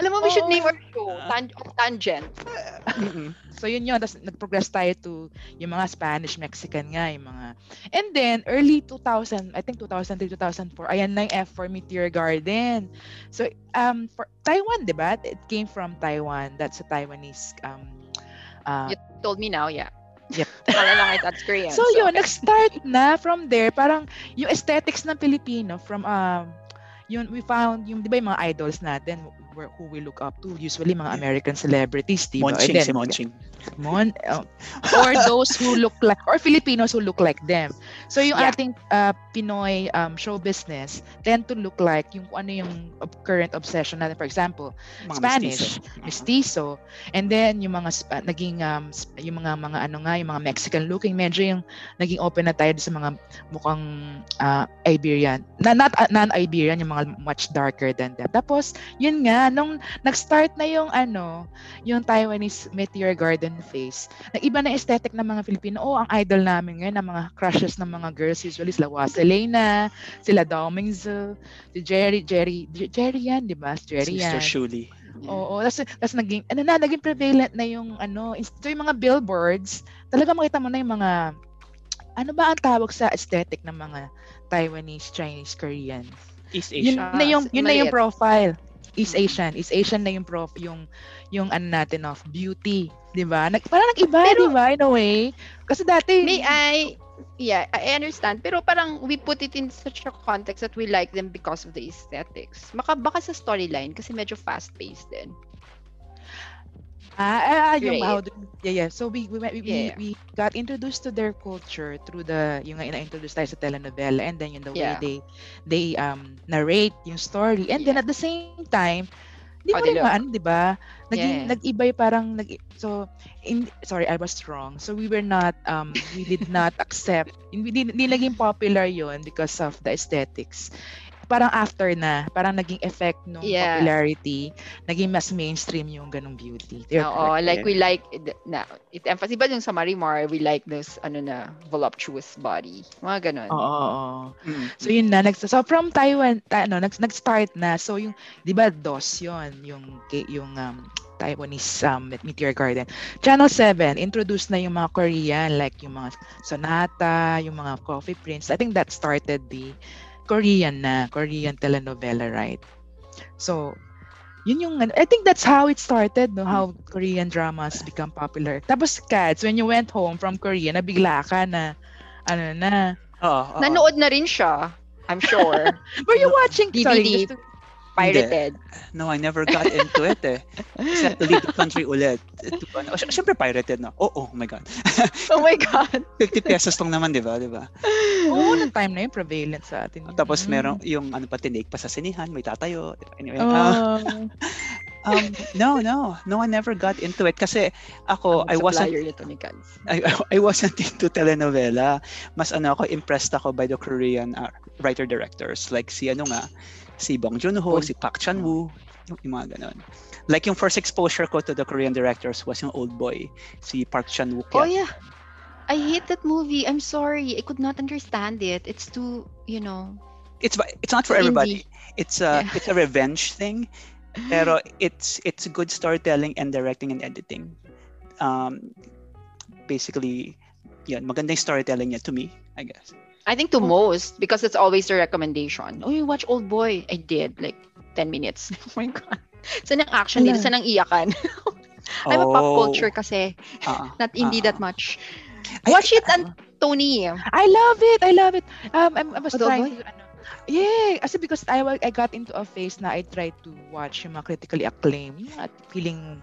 Speaker 4: Alam mo, we should
Speaker 3: Oo.
Speaker 4: name our show. Tan- tangent.
Speaker 1: Mm-mm.
Speaker 3: So yun yun, tapos nag-progress tayo to yung mga Spanish, Mexican nga, yung mga. And then, early 2000, I think 2003, 2004, ayan na yung F4 Meteor Garden. So, um, for Taiwan, di ba? It came from Taiwan. That's a Taiwanese, um, uh,
Speaker 4: You told me now, yeah.
Speaker 3: Yep.
Speaker 4: Wala lang it, that's Korean.
Speaker 3: so, yun, nag-start na from there. Parang yung aesthetics ng Pilipino from, um, yun, we found, yung, di ba yung mga idols natin, who- who we look up to, usually mga American celebrities, di ba? Diba? And
Speaker 1: Monching
Speaker 3: then-
Speaker 1: si Monching.
Speaker 3: Mon, oh, or those who look like, or Filipinos who look like them. So yung
Speaker 4: Yeah.
Speaker 3: ating uh, Pinoy um, show business tend to look like yung ano yung ob- current obsession natin. For example,
Speaker 1: Mga
Speaker 3: Spanish,
Speaker 1: mestizo.
Speaker 3: mestizo, and then yung mga sp- naging um, sp- yung mga mga ano nga, yung mga Mexican looking, medyo yung naging open na tayo sa mga mukhang ah, Iberian. Na, not ah, non-Iberian, yung mga much darker than that. Tapos, yun nga, nung nag-start na yung ano, yung Taiwanese Meteor Garden face, nag-iba na aesthetic ng mga Filipino. Oh, ang idol namin ngayon, ang mga crushes ng mga girls usually sila Waselena, sila Daomingzu, si Jerry, Jerry, Jerry yan, di ba? Si Jerry
Speaker 1: Mr.
Speaker 3: yan.
Speaker 1: Shuli.
Speaker 3: Oo,
Speaker 4: Oh.
Speaker 3: tas tas naging ano na naging prevalent na yung ano, ins- so yung mga billboards, talaga makita mo na yung mga ano ba ang tawag sa aesthetic ng mga Taiwanese, Chinese, Korean.
Speaker 1: East
Speaker 3: Yun
Speaker 1: Asia.
Speaker 3: na yung yun na yung
Speaker 4: Maliit.
Speaker 3: profile. East
Speaker 4: Mm.
Speaker 3: Asian, East Asian na yung prof yung yung ano natin of beauty, 'di ba? Nag, parang nag-iba, 'di
Speaker 4: Pero-
Speaker 3: ba? In a way. Kasi dati
Speaker 4: May I, yeah, I understand. Pero parang we put it in such a context that we like them because of the aesthetics. Maka, baka sa storyline kasi medyo fast-paced din.
Speaker 3: Ah, ah, ah, yung
Speaker 4: Right.
Speaker 3: how do- yeah, yeah. So we we, went- we,
Speaker 4: Yeah.
Speaker 3: we we got introduced to their culture through the yung nga ina-introduce tayo sa telenovela and then yung the way
Speaker 4: Yeah.
Speaker 3: they they um narrate yung story and then at
Speaker 4: Yeah. Oh,
Speaker 3: the same time di mo
Speaker 4: How they
Speaker 3: rin
Speaker 4: look.
Speaker 3: maano, di ba? Naging,
Speaker 4: Yeah.
Speaker 3: Nag-iba yung parang, nag, so, in, sorry, I was wrong. So, we were not, um, we did not accept, hindi, hindi naging popular yon because of the aesthetics. Parang after na, parang naging effect nung
Speaker 4: Yeah.
Speaker 3: popularity, naging mas mainstream yung ganong beauty. You're
Speaker 4: Oo,
Speaker 3: correct
Speaker 4: oh,
Speaker 3: there.
Speaker 4: like we like, the- na, it emphasis ba yung sa Marimar, we like those, ano na, voluptuous body. Mga ganun.
Speaker 3: Oo, oo, oo.
Speaker 1: Mm.
Speaker 3: So yun na nag so from Taiwan ta, ano nag, nag-start na. So yung 'di ba DOS yun yung ki- yung um, Taiwanese um, Meteor Garden. Channel 7 introduced na yung mga Korean like yung mga Sonata, yung mga Coffee Prince. I think that started the Korean na, Korean telenovela, right? So yun yung ano- I think that's how it started, no? How Korean dramas become popular. Tapos Cats, when you went home from Korea, nabigla ka na ano na.
Speaker 1: Oo, oo.
Speaker 4: Nanood na rin siya, I'm sure.
Speaker 3: Were you watching sorry,
Speaker 4: DVD.
Speaker 3: just to-
Speaker 4: Pirated.
Speaker 1: ah. No, I never got into it eh. Kasi I had to leave the country ulit. Ito, ano, sy- syempre pirated na. Oh, oh my God.
Speaker 2: Oh my God.
Speaker 1: 50 pesos lang naman, di ba? Di ba?
Speaker 3: Oo, nung time na yun, prevalent sa atin. yun.
Speaker 1: Tapos
Speaker 3: Mm.
Speaker 1: merong yung ano pa tinik pa sa sinihan, may tatayo. Anyway, ah,
Speaker 2: Oh.
Speaker 1: um, no, no. No, I never got into it kasi ako, Oh, I wasn't
Speaker 2: Supplier nito ni Kaz.
Speaker 1: I, I wasn't into telenovela. Mas ano ako, impressed ako by the Korean uh, writer-directors. Like si ano nga, si Bong Joon-ho, si Park Chan-woo, yung, yung mga ganun. Like yung first exposure ko to the Korean directors was yung old boy, si Park Chan-wook.
Speaker 4: Oh
Speaker 1: yan.
Speaker 4: yeah. I hate that movie. I'm sorry. I could not understand it. It's too, you know.
Speaker 1: It's ba- it's not for everybody. It's a
Speaker 4: Yeah.
Speaker 1: it's a revenge thing, pero it's it's good storytelling and directing and editing. Um, basically, yan, magandang storytelling niya to me, I guess.
Speaker 4: I think to most because it's always the recommendation. Oh, you watch Old Boy. I did like 10 minutes. Oh my god. Saan ang action
Speaker 2: Wala.
Speaker 4: dito? Saan ang iyakan? I'm a
Speaker 1: Oh.
Speaker 4: pop culture kasi.
Speaker 1: ah,
Speaker 4: Not indie
Speaker 1: Ah.
Speaker 4: that much.
Speaker 1: I-
Speaker 4: Watch it and Tony.
Speaker 3: I love it. I love it. Um, I'm, I was
Speaker 4: Adobo?
Speaker 3: trying to, ano, yeah, kasi because I, wa- I got into a phase na I tried to watch yung mga critically acclaimed at feeling,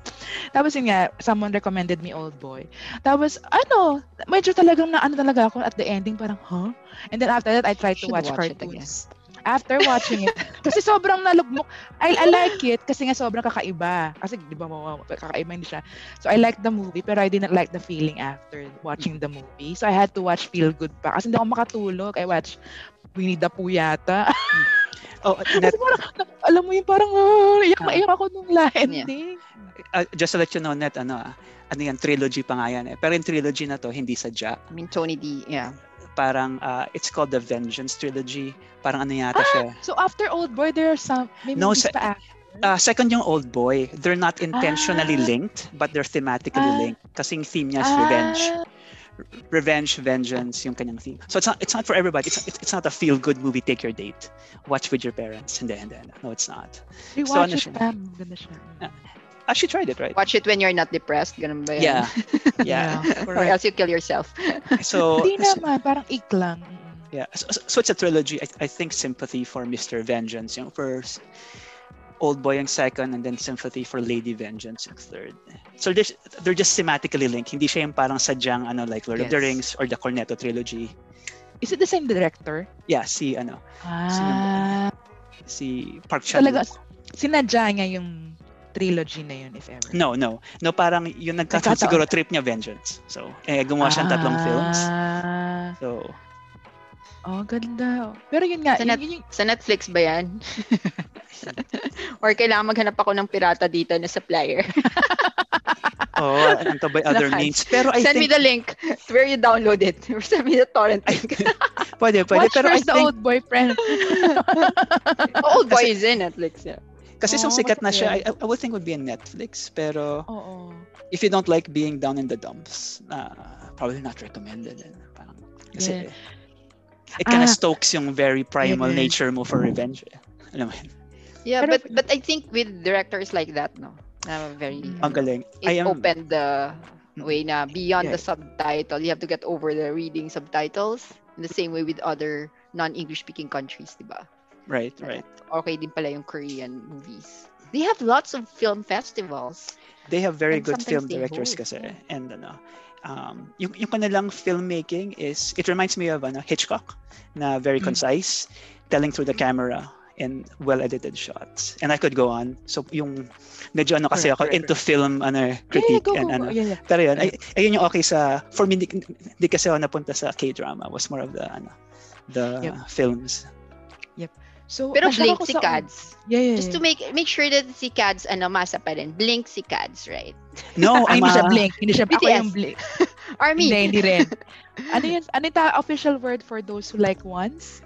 Speaker 3: tapos yun nga, someone recommended me Old Boy. Tapos, ano, medyo talagang na, ano talaga ako at the ending, parang, huh? And then after that, I tried to
Speaker 4: Should
Speaker 3: watch,
Speaker 4: watch it
Speaker 3: cartoons. After watching it, kasi sobrang nalugmok. I, I like it kasi nga sobrang kakaiba. Kasi di ba mawa- kakaiba hindi siya. So I liked the movie pero I didn't like the feeling after watching the movie. So I had to watch Feel Good pa kasi hindi ako makatulog. I watch Winnie the Pooh yata.
Speaker 1: Oh,
Speaker 3: Kasi
Speaker 1: net,
Speaker 3: parang, alam mo yun, parang ah, iyak na
Speaker 1: Ah.
Speaker 3: iyak ako nung la ending.
Speaker 1: uh, just to let you know, Net, ano ah, ano yan, trilogy pa nga yan eh. Pero yung trilogy na to, hindi sadya.
Speaker 4: I mean, Tony D. Yeah.
Speaker 1: Parang, ah, it's called the Vengeance Trilogy. Parang ano yata siya.
Speaker 3: So after Old Boy, there are some, may
Speaker 1: No,
Speaker 3: movies
Speaker 1: sa-
Speaker 3: pa after.
Speaker 1: Ah, second yung Old Boy. They're not intentionally
Speaker 3: Ah.
Speaker 1: linked, but they're thematically
Speaker 3: Ah.
Speaker 1: linked. Kasing theme niya is revenge. Revenge, vengeance, yung kanyang theme. So it's not, it's not for everybody. It's, it's, it's not a feel-good movie, take your date. Watch with your parents. And then, and then. No, it's not. So ano siya?
Speaker 3: Rewatch it pa. Maganda siya.
Speaker 1: Ah, she tried it, right?
Speaker 4: Watch it when you're not depressed. Ganun ba
Speaker 1: Yeah.
Speaker 4: yan?
Speaker 1: Yeah. Oh,
Speaker 4: Or else you kill yourself.
Speaker 1: So,
Speaker 3: Hindi naman, parang iklang.
Speaker 1: Yeah, so, so- so it's a trilogy. I, I think sympathy for Mr. Vengeance yung first, Old Boy yung second, and then sympathy for Lady Vengeance yung third. So they're, they're just thematically linked. Hindi siya yung parang sadyang ano like Lord of the
Speaker 4: Yes.
Speaker 1: Rings or the Cornetto trilogy.
Speaker 3: Is it the same director?
Speaker 1: Yeah, si ano,
Speaker 3: Ah,
Speaker 1: si Park Chan.
Speaker 3: talaga sinadya niya yung trilogy na yun, if ever.
Speaker 1: No, no. No, parang yung nagkataon
Speaker 3: Nagkataon.
Speaker 1: siguro trip niya Vengeance. So, eh, gumawa siyang tatlong films.
Speaker 3: Ah,
Speaker 1: So,
Speaker 3: Oh, ganda. Pero yun nga, yun,
Speaker 4: Sa nat-
Speaker 3: yun, yung-
Speaker 4: Sa Netflix ba yan? Or kailangan maghanap ako ng pirata dito na supplier.
Speaker 1: oh, ano to by other
Speaker 4: Lahat.
Speaker 1: means. Pero I
Speaker 4: Send me
Speaker 1: think,
Speaker 4: the link to where you download it. Or send me the torrent link.
Speaker 1: pwede, pwede.
Speaker 3: watch
Speaker 1: pero I
Speaker 3: first the
Speaker 1: think,
Speaker 3: old boyfriend.
Speaker 4: Old boy is in Netflix. Yeah.
Speaker 1: kasi
Speaker 3: Oo,
Speaker 1: isang sikat na siya, I,
Speaker 3: matagal.
Speaker 1: I would think would be in Netflix, pero...
Speaker 3: Oo.
Speaker 1: if you don't like being down in the dumps, uh, probably not recommended. eh. Parang, kasi it kind of
Speaker 3: Ah.
Speaker 1: stokes yung very primal
Speaker 3: Yes.
Speaker 1: nature mo for revenge. eh. Alam mo yun,
Speaker 4: Yeah,
Speaker 3: Pero-
Speaker 4: but but I think with directors like that, no, na very
Speaker 3: Mm.
Speaker 1: Hmm. ang galing. I
Speaker 4: it
Speaker 1: am, mm,
Speaker 4: opened the way na beyond the
Speaker 1: Yeah.
Speaker 4: subtitle, you have to get over the reading subtitles. In the same way with other non-English speaking countries, di ba?
Speaker 1: right, right.
Speaker 4: Okay din pala yung Korean movies. They have lots of film festivals.
Speaker 1: They have very
Speaker 4: And
Speaker 1: good film
Speaker 4: sometimes they
Speaker 1: directors
Speaker 4: hold,
Speaker 1: kasi.
Speaker 4: yeah.
Speaker 1: And ano, um, yung, yung kanilang filmmaking is, it reminds me of ano, Hitchcock, na very
Speaker 3: Mm.
Speaker 1: concise, telling through the camera and well-edited shots. And I could go on. So yung, medyo ano kasi ako
Speaker 3: Correct, correct,
Speaker 1: into film ano,
Speaker 3: Yeah, yeah,
Speaker 1: critique
Speaker 3: go, go,
Speaker 1: and ano,
Speaker 3: go. Yeah, yeah.
Speaker 1: Pero yun, ay, ayun yung okay sa, for me, di, di kasi ako napunta sa K-drama. was more of the, ano, the
Speaker 3: Yep.
Speaker 1: films.
Speaker 3: So,
Speaker 4: Pero
Speaker 3: nashock
Speaker 4: blink
Speaker 3: ako
Speaker 4: si
Speaker 3: sa- ano,
Speaker 4: Cads.
Speaker 3: Yeah, yeah,
Speaker 4: Just to
Speaker 3: yeah.
Speaker 4: make make sure that si Cads, ano, masa pa rin. Blink si Cads, right?
Speaker 1: No,
Speaker 3: Ay,
Speaker 1: I'm
Speaker 3: Oh, hindi siya
Speaker 1: a,
Speaker 3: blink. Hindi siya ako
Speaker 4: BTS.
Speaker 3: yung blink. Hindi,
Speaker 4: Army,
Speaker 3: hindi rin. Ano yun? Ano yung ta- official word for those who like once?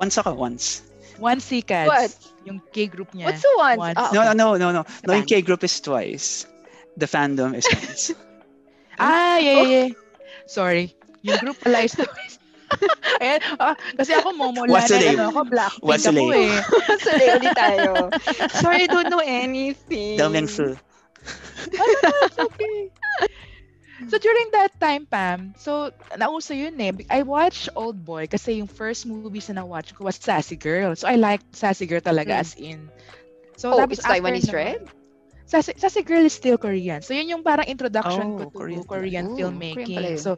Speaker 1: once ako, once.
Speaker 3: One Cats.
Speaker 4: What?
Speaker 3: Yung K group niya.
Speaker 4: what's the one?
Speaker 3: Once.
Speaker 4: Ah,
Speaker 1: No, no, no, no, no. No, yung
Speaker 4: Bang.
Speaker 1: K-group is twice. The fandom is once.
Speaker 3: Ah, yeah, yeah, yeah. Sorry. Yung group pala is twice. Ayan, ah, kasi ako momolanan,
Speaker 1: Wasulay.
Speaker 3: ano ako, Blackpink
Speaker 1: Wasulay.
Speaker 3: ako eh.
Speaker 4: Sorry, ulit tayo.
Speaker 2: Sorry, I don't know anything.
Speaker 1: Dalming flu.
Speaker 3: Okay. So during that time, Pam, so nauso yun eh. I watched Old Boy kasi yung first movies na na-watch ko was Sassy Girl. So I like Sassy Girl talaga
Speaker 5: Mm.
Speaker 3: as in. So
Speaker 4: Oh,
Speaker 3: tapos
Speaker 4: it's
Speaker 3: after
Speaker 4: Taiwanese,
Speaker 3: naman-
Speaker 4: right?
Speaker 3: Sassy, Sassy Girl is still Korean. So yun yung parang
Speaker 1: Oh,
Speaker 3: introduction ko to
Speaker 1: Korean
Speaker 3: Korean,
Speaker 1: pala.
Speaker 5: Oh,
Speaker 3: filmmaking.
Speaker 5: Korean pala yun.
Speaker 3: so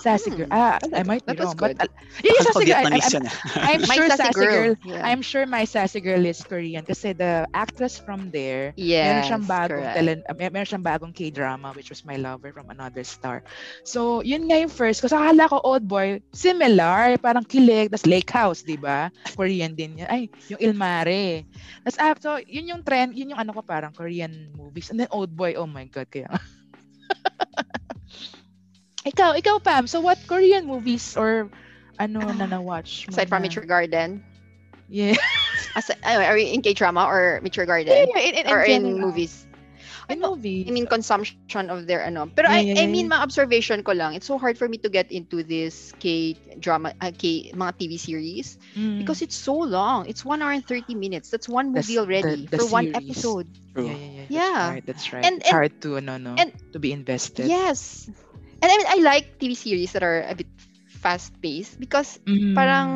Speaker 3: Sassy Girl.
Speaker 5: Mm,
Speaker 3: Ah,
Speaker 1: like
Speaker 3: I might be
Speaker 4: That was
Speaker 3: wrong. But,
Speaker 4: good.
Speaker 3: yeah, yeah,
Speaker 1: Akala ko
Speaker 3: Sassy Girl. I,
Speaker 1: Vietnamese
Speaker 3: I'm,
Speaker 1: yun eh.
Speaker 3: I'm
Speaker 5: My
Speaker 3: sure
Speaker 5: sassy
Speaker 3: Sassy Girl.
Speaker 5: Yeah.
Speaker 3: I'm sure my Sassy Girl is Korean kasi the actress from there Meron
Speaker 5: yes,
Speaker 3: siyang bagong,
Speaker 5: correct.
Speaker 3: telen, uh, mer- meron siyang bagong K-drama which was My Lover from Another Star. So, yun nga yung first. Kasi akala ko Old Boy, similar, parang kilig, tas Lake House, di ba? Korean din yun. Ay, yung Ilmare. Tapos after, yun yung trend, yun yung ano ko parang Korean movies. And then Old Boy, oh my God, kaya. ikaw, ikaw Pam, so what Korean movies or ano na na-watch mo?
Speaker 4: Ah, Aside from
Speaker 3: na?
Speaker 4: Mature Garden.
Speaker 3: Yeah.
Speaker 4: As, are we in K-drama or Mature
Speaker 3: yeah,
Speaker 4: Garden?
Speaker 3: yeah, in, in,
Speaker 4: or in
Speaker 3: general.
Speaker 4: movies?
Speaker 3: In
Speaker 4: Ano,
Speaker 3: movies.
Speaker 4: I mean, consumption of their ano. Pero
Speaker 3: Yeah,
Speaker 4: I,
Speaker 3: yeah,
Speaker 4: I
Speaker 3: yeah,
Speaker 4: mean, mga observation ko lang. It's so hard for me to get into this K-drama, uh, K, mga TV series.
Speaker 3: Mm.
Speaker 4: Because it's so long. It's 1 hour and 30 minutes. That's one
Speaker 3: That's
Speaker 4: movie already
Speaker 3: the- the
Speaker 4: for one
Speaker 3: series.
Speaker 4: episode.
Speaker 1: True.
Speaker 3: Yeah, yeah, yeah.
Speaker 4: Yeah.
Speaker 3: That's right. That's right.
Speaker 4: And-
Speaker 3: it's
Speaker 4: and-
Speaker 3: hard to ano, no,
Speaker 4: and-
Speaker 3: to be invested.
Speaker 4: Yes. And I mean, I like TV series that are a bit fast-paced because
Speaker 3: Mm.
Speaker 4: parang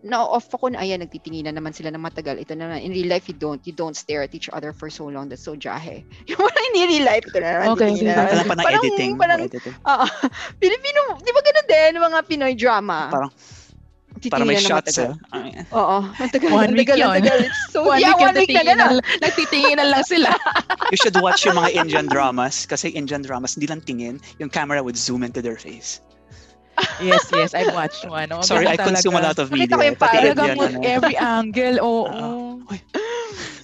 Speaker 4: na-off ako na, ayan, nagtitinginan naman sila ng matagal. Ito na naman. In real life, you don't. You don't stare at each other for so long. That's so jahe. Yung parang in real life, ito na naman.
Speaker 3: Okay, okay.
Speaker 4: titinginan naman.
Speaker 1: Kailangan pa ng
Speaker 4: Parang-
Speaker 1: editing.
Speaker 4: parang-
Speaker 1: Parang, editing.
Speaker 4: Oo. Pilipino, di ba ganun din, mga Pinoy drama?
Speaker 1: parang, para may
Speaker 4: Titingnan ng
Speaker 1: shots
Speaker 4: matagal.
Speaker 1: eh. Ay,
Speaker 4: Oo, matagal,
Speaker 3: One
Speaker 4: ang
Speaker 3: week
Speaker 4: tagal, ang
Speaker 3: yun.
Speaker 4: tagal. It's so,
Speaker 3: one
Speaker 4: yeah,
Speaker 3: week,
Speaker 4: one week na ganun.
Speaker 3: nagtitinginan lang sila.
Speaker 1: You should watch yung mga Indian dramas kasi Indian dramas hindi lang tingin, yung camera would zoom into their face.
Speaker 3: yes, yes, I watched one. Oh,
Speaker 1: Sorry, I
Speaker 3: ganun
Speaker 1: consume a
Speaker 3: talaga.
Speaker 1: lot of media.
Speaker 4: Nakita ko yung
Speaker 1: pati
Speaker 4: parang-
Speaker 3: Talagang
Speaker 1: Indian,
Speaker 3: with
Speaker 1: ano. Ah.
Speaker 3: every angle, oo.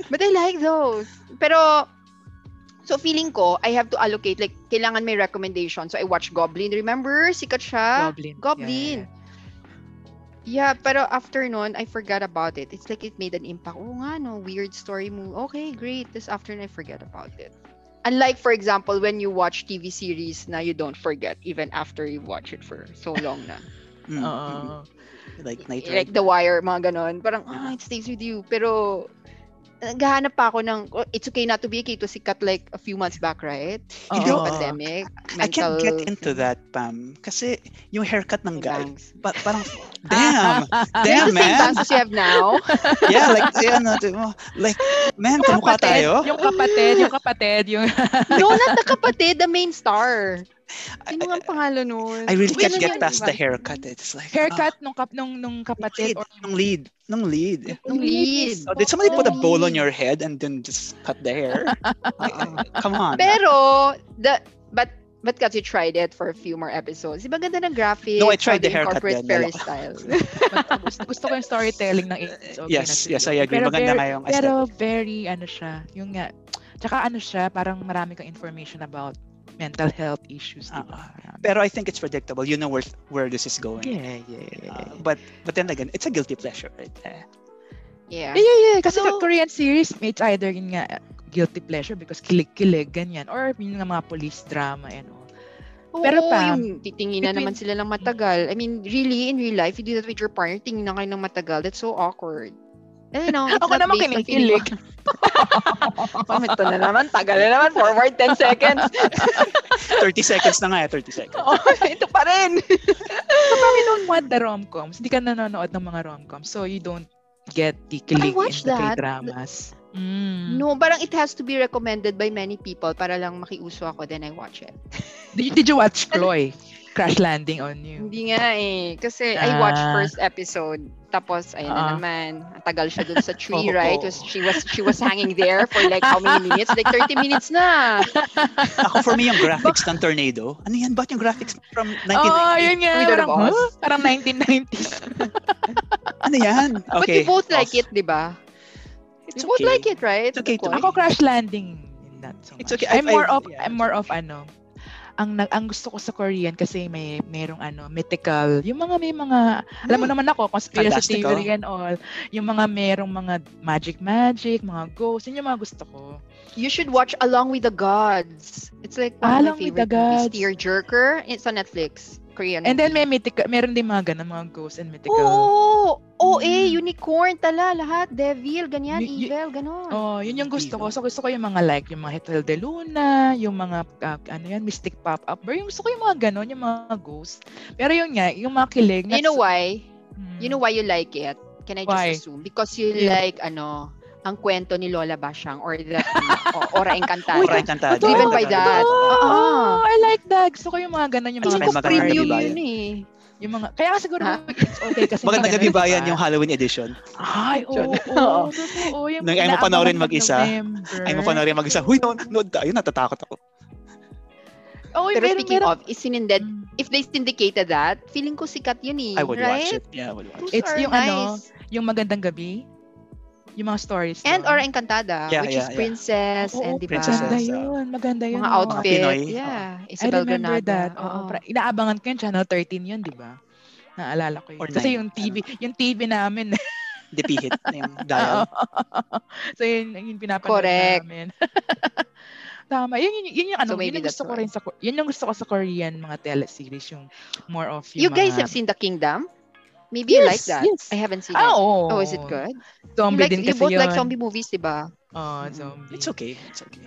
Speaker 4: But I like those. Pero, so feeling ko, I have to allocate, like, kailangan may recommendation. So I watch Goblin, remember? Sikat siya.
Speaker 3: Goblin.
Speaker 4: Ah, Goblin. Yeah, pero after nun, I forgot about it. It's like it made an impact. Oo nga, no, weird story movie. Okay, great. This afternoon, I forget about it. Unlike, for example, when you watch TV series na you don't forget even after you watch it for so long na.
Speaker 1: Mm,
Speaker 3: Oo.
Speaker 1: mm, Like Night Rider.
Speaker 4: like The Wire, mga ganon. Parang,
Speaker 1: Yeah.
Speaker 4: ah, it stays with you. Pero, naghahanap pa ako ng, oh, it's okay not to be okay to sikat like a few months back, right?
Speaker 3: Oo.
Speaker 1: You know,
Speaker 4: Yung pandemic,
Speaker 1: Oh. I can't
Speaker 4: mental
Speaker 1: get into that, Pam. Kasi yung haircut ng guy,
Speaker 4: bangs.
Speaker 1: pa- parang, damn,
Speaker 4: Is
Speaker 1: damn,
Speaker 4: it the same
Speaker 1: man.
Speaker 4: bangs as you have now?
Speaker 1: Yeah, like, yeah, no, di mo- like, man, kamukha
Speaker 3: Kapatid,
Speaker 1: tayo.
Speaker 3: Yung kapatid, yung kapatid, yung...
Speaker 4: no, not the kapatid, the main star.
Speaker 1: I,
Speaker 4: Sino nga ang pangalan nun?
Speaker 1: I really
Speaker 4: Uy,
Speaker 1: can't
Speaker 4: ano
Speaker 1: get
Speaker 4: yun,
Speaker 1: past
Speaker 4: diba?
Speaker 1: the haircut. It's like,
Speaker 3: haircut nung, kap, nung, nung
Speaker 1: ah,
Speaker 3: kapatid.
Speaker 1: lead,
Speaker 3: Or
Speaker 1: nung lead, nung lead.
Speaker 4: Nung lead.
Speaker 1: Oh, did somebody put a bowl on
Speaker 4: lead.
Speaker 1: your head and then just cut the hair? Like, Come on.
Speaker 4: Pero, the, but, but kasi tried it for a few more episodes. Di ba ganda ng graphics?
Speaker 1: No, I tried
Speaker 4: how they
Speaker 1: the haircut
Speaker 4: incorporate
Speaker 1: then,
Speaker 4: Paris
Speaker 1: wala.
Speaker 4: style.
Speaker 3: gusto, gusto ko yung storytelling ng It's Okay
Speaker 1: yes,
Speaker 3: Not to Be
Speaker 1: yes, I
Speaker 3: Okay.
Speaker 1: agree.
Speaker 3: Pero
Speaker 1: Maganda
Speaker 3: very-
Speaker 1: nga yung
Speaker 3: Pero very, ano siya, yung nga, tsaka ano siya, parang marami kang information about mental health issues. di ba?
Speaker 1: Pero I think it's predictable. You know where where this is going.
Speaker 3: yeah, yeah, yeah.
Speaker 1: Uh, but but then again, it's a guilty pleasure, right? Eh,
Speaker 3: Um, yeah,
Speaker 4: yeah.
Speaker 3: yeah, yeah. Kasi so,
Speaker 4: So-
Speaker 3: Korean series, it's either yun nga, guilty pleasure because kilig-kilig, ganyan. Or yun nga mga police drama and all. Pero,
Speaker 4: Oo,
Speaker 3: Pam,
Speaker 4: yung titinginan
Speaker 3: between-
Speaker 4: naman sila ng matagal. I mean, really, in real life, you do that with your partner, tingin na kayo ng matagal. That's so awkward. I don't know. it's
Speaker 3: Ako
Speaker 4: not
Speaker 3: naman
Speaker 4: based on feeling
Speaker 3: kinikilig.
Speaker 4: mo. Pam, ito na naman, tagal na naman, forward 10 seconds.
Speaker 1: 30 seconds na nga eh, 30 seconds.
Speaker 4: oh, ito pa rin.
Speaker 3: Kapag you don't want the rom-coms, hindi ka nanonood ng mga rom-coms, so you don't get the kilig in
Speaker 4: watch
Speaker 3: the
Speaker 4: that.
Speaker 3: K-dramas. Mm.
Speaker 4: No, parang it has to be recommended by many people para lang makiuso ako, then I watch it.
Speaker 3: Did, did you watch Chloe? Crash Landing on You.
Speaker 4: Hindi nga eh. Kasi I watched
Speaker 3: Ah.
Speaker 4: first episode. Tapos, ayun na
Speaker 3: Ah.
Speaker 4: naman. Ang tagal siya dun sa tree,
Speaker 3: Oo.
Speaker 4: right? Was, she was she was hanging there for like how many minutes? Like 30 minutes na.
Speaker 1: Ako for me yung graphics ng Tornado. Ano yan? Ba't yung graphics from
Speaker 3: Oh,
Speaker 1: 1990?
Speaker 3: yun nga.
Speaker 4: Without a
Speaker 3: Parang,
Speaker 4: boss.
Speaker 3: huh? parang 1990s.
Speaker 1: ano yan?
Speaker 4: Oh, But
Speaker 1: Okay.
Speaker 4: you both like
Speaker 1: off.
Speaker 4: it, di ba?
Speaker 1: It's
Speaker 4: You both
Speaker 1: okay.
Speaker 4: like it, right?
Speaker 1: It's okay to me.
Speaker 4: Of
Speaker 3: Ako crash landing. Not so
Speaker 1: It's okay.
Speaker 3: much. I'm
Speaker 1: I've-
Speaker 3: more
Speaker 1: I've-
Speaker 3: of
Speaker 1: yeah,
Speaker 3: I'm
Speaker 1: it's
Speaker 3: more of ano. Ang nag ang gusto ko sa Korean kasi may merong ano mythical. Yung mga may mga alam mo
Speaker 1: Hmm.
Speaker 3: naman ako conspiracy
Speaker 1: Fantastical.
Speaker 3: theory and all. Yung mga merong mga magic magic, mga ghosts, yun yung mga gusto ko.
Speaker 4: You should watch Along with the Gods. It's like one
Speaker 3: Along with
Speaker 4: of my
Speaker 3: the
Speaker 4: favorite movies.
Speaker 3: Gods.
Speaker 4: Tearjerker. It's on Netflix. Korean
Speaker 3: And then
Speaker 4: movie.
Speaker 3: may mythical, meron din mga ganun, mga ghosts and mythical.
Speaker 1: Oh!
Speaker 4: Oo, OA, unicorn tala, lahat, devil, ganyan,
Speaker 3: Mm. Y- y-
Speaker 4: evil, ganon.
Speaker 3: Oh, yun yung gusto
Speaker 1: Diba?
Speaker 3: ko. So gusto ko yung mga like, yung mga Hotel de Luna, yung mga ah, ano yan, Mystic Pop-up. Pero yung gusto ko yung mga ganun, yung mga ghost. Pero yun nga, yung mga kilig.
Speaker 4: you know why?
Speaker 3: Hmm.
Speaker 4: You know why you like it? Can I just
Speaker 3: Why?
Speaker 4: assume? Because you
Speaker 3: Yeah.
Speaker 4: like, ano, ang kwento ni Lola Bashang or the ano, o, Ora Encantada.
Speaker 3: Uy,
Speaker 1: Ora Encantada.
Speaker 3: totoo,
Speaker 4: Driven by that.
Speaker 3: totoo.
Speaker 4: Ah.
Speaker 3: I like that. Gusto ko yung mga ganun, yung mga
Speaker 4: Alam
Speaker 3: diba
Speaker 1: Mas
Speaker 4: ko
Speaker 1: maganda
Speaker 4: premium
Speaker 1: Bibayan.
Speaker 4: yun eh.
Speaker 3: Yung mga, kaya kasi siguro
Speaker 4: Ha?
Speaker 3: it's okay kasi
Speaker 1: Magandang
Speaker 3: mga
Speaker 1: gabi
Speaker 3: ganun,
Speaker 1: bayan
Speaker 3: diba?
Speaker 1: yung Halloween edition.
Speaker 3: Ay, oo,
Speaker 4: Oo.
Speaker 3: oo, totoo. Yung
Speaker 1: Nang ayaw mo panoorin
Speaker 3: inaabangan
Speaker 1: mag-isa.
Speaker 3: November.
Speaker 1: Ay, mapanoorin mag-isa. Huy, no- nood tayo. Natatakot ako.
Speaker 3: Oo,
Speaker 4: Pero
Speaker 3: meron,
Speaker 4: speaking
Speaker 3: meron.
Speaker 4: of, isininded, if they syndicated that, feeling ko sikat yun eh.
Speaker 1: I would watch it.
Speaker 4: right?
Speaker 1: Yeah, I would watch
Speaker 4: Those
Speaker 1: it.
Speaker 3: It's
Speaker 4: are
Speaker 3: yung ano,
Speaker 4: nice.
Speaker 3: yung magandang gabi, yung mga stories.
Speaker 4: And
Speaker 3: doon.
Speaker 4: Ora Encantada,
Speaker 1: Yeah,
Speaker 4: which
Speaker 1: yeah,
Speaker 4: is
Speaker 1: yeah.
Speaker 4: princess
Speaker 3: Oo,
Speaker 4: and diba,
Speaker 1: princesses.
Speaker 3: Maganda yun. Maganda yun.
Speaker 4: mga
Speaker 3: oo.
Speaker 4: outfit.
Speaker 1: Pinoy.
Speaker 4: Yeah,
Speaker 3: I
Speaker 4: Isabel
Speaker 3: remember
Speaker 4: Granada.
Speaker 3: that.
Speaker 4: Oo.
Speaker 3: Oo. Pra- Inaabangan ko yun. Channel 13 yun, di ba? Naalala ko yun.
Speaker 1: Or nine,
Speaker 3: Kasi
Speaker 1: Ano?
Speaker 3: yung TV, yung TV namin.
Speaker 1: Dipihit na yung dial.
Speaker 3: so yun, yun pinapanood
Speaker 4: Correct.
Speaker 3: namin. Tama. Yun, yun, yun yung ano,
Speaker 4: So
Speaker 3: yun
Speaker 4: maybe
Speaker 3: yung
Speaker 4: that's
Speaker 3: gusto ko
Speaker 4: why.
Speaker 3: rin sa, Ko- yun yung gusto ko sa Korean mga teleseries, yung more of
Speaker 4: You
Speaker 3: yung
Speaker 4: guys
Speaker 3: mga-
Speaker 4: have seen The Kingdom? Maybe you like
Speaker 3: Yes,
Speaker 4: that.
Speaker 3: yes.
Speaker 4: I haven't seen
Speaker 3: Ah,
Speaker 4: it.
Speaker 3: oo.
Speaker 4: Oh, is it good? you
Speaker 3: Zombie
Speaker 4: like,
Speaker 3: din
Speaker 4: you
Speaker 3: kasi
Speaker 4: both
Speaker 3: yun.
Speaker 4: like zombie movies, diba?
Speaker 3: Oh,
Speaker 4: Mm.
Speaker 3: zombie.
Speaker 1: It's okay. It's okay.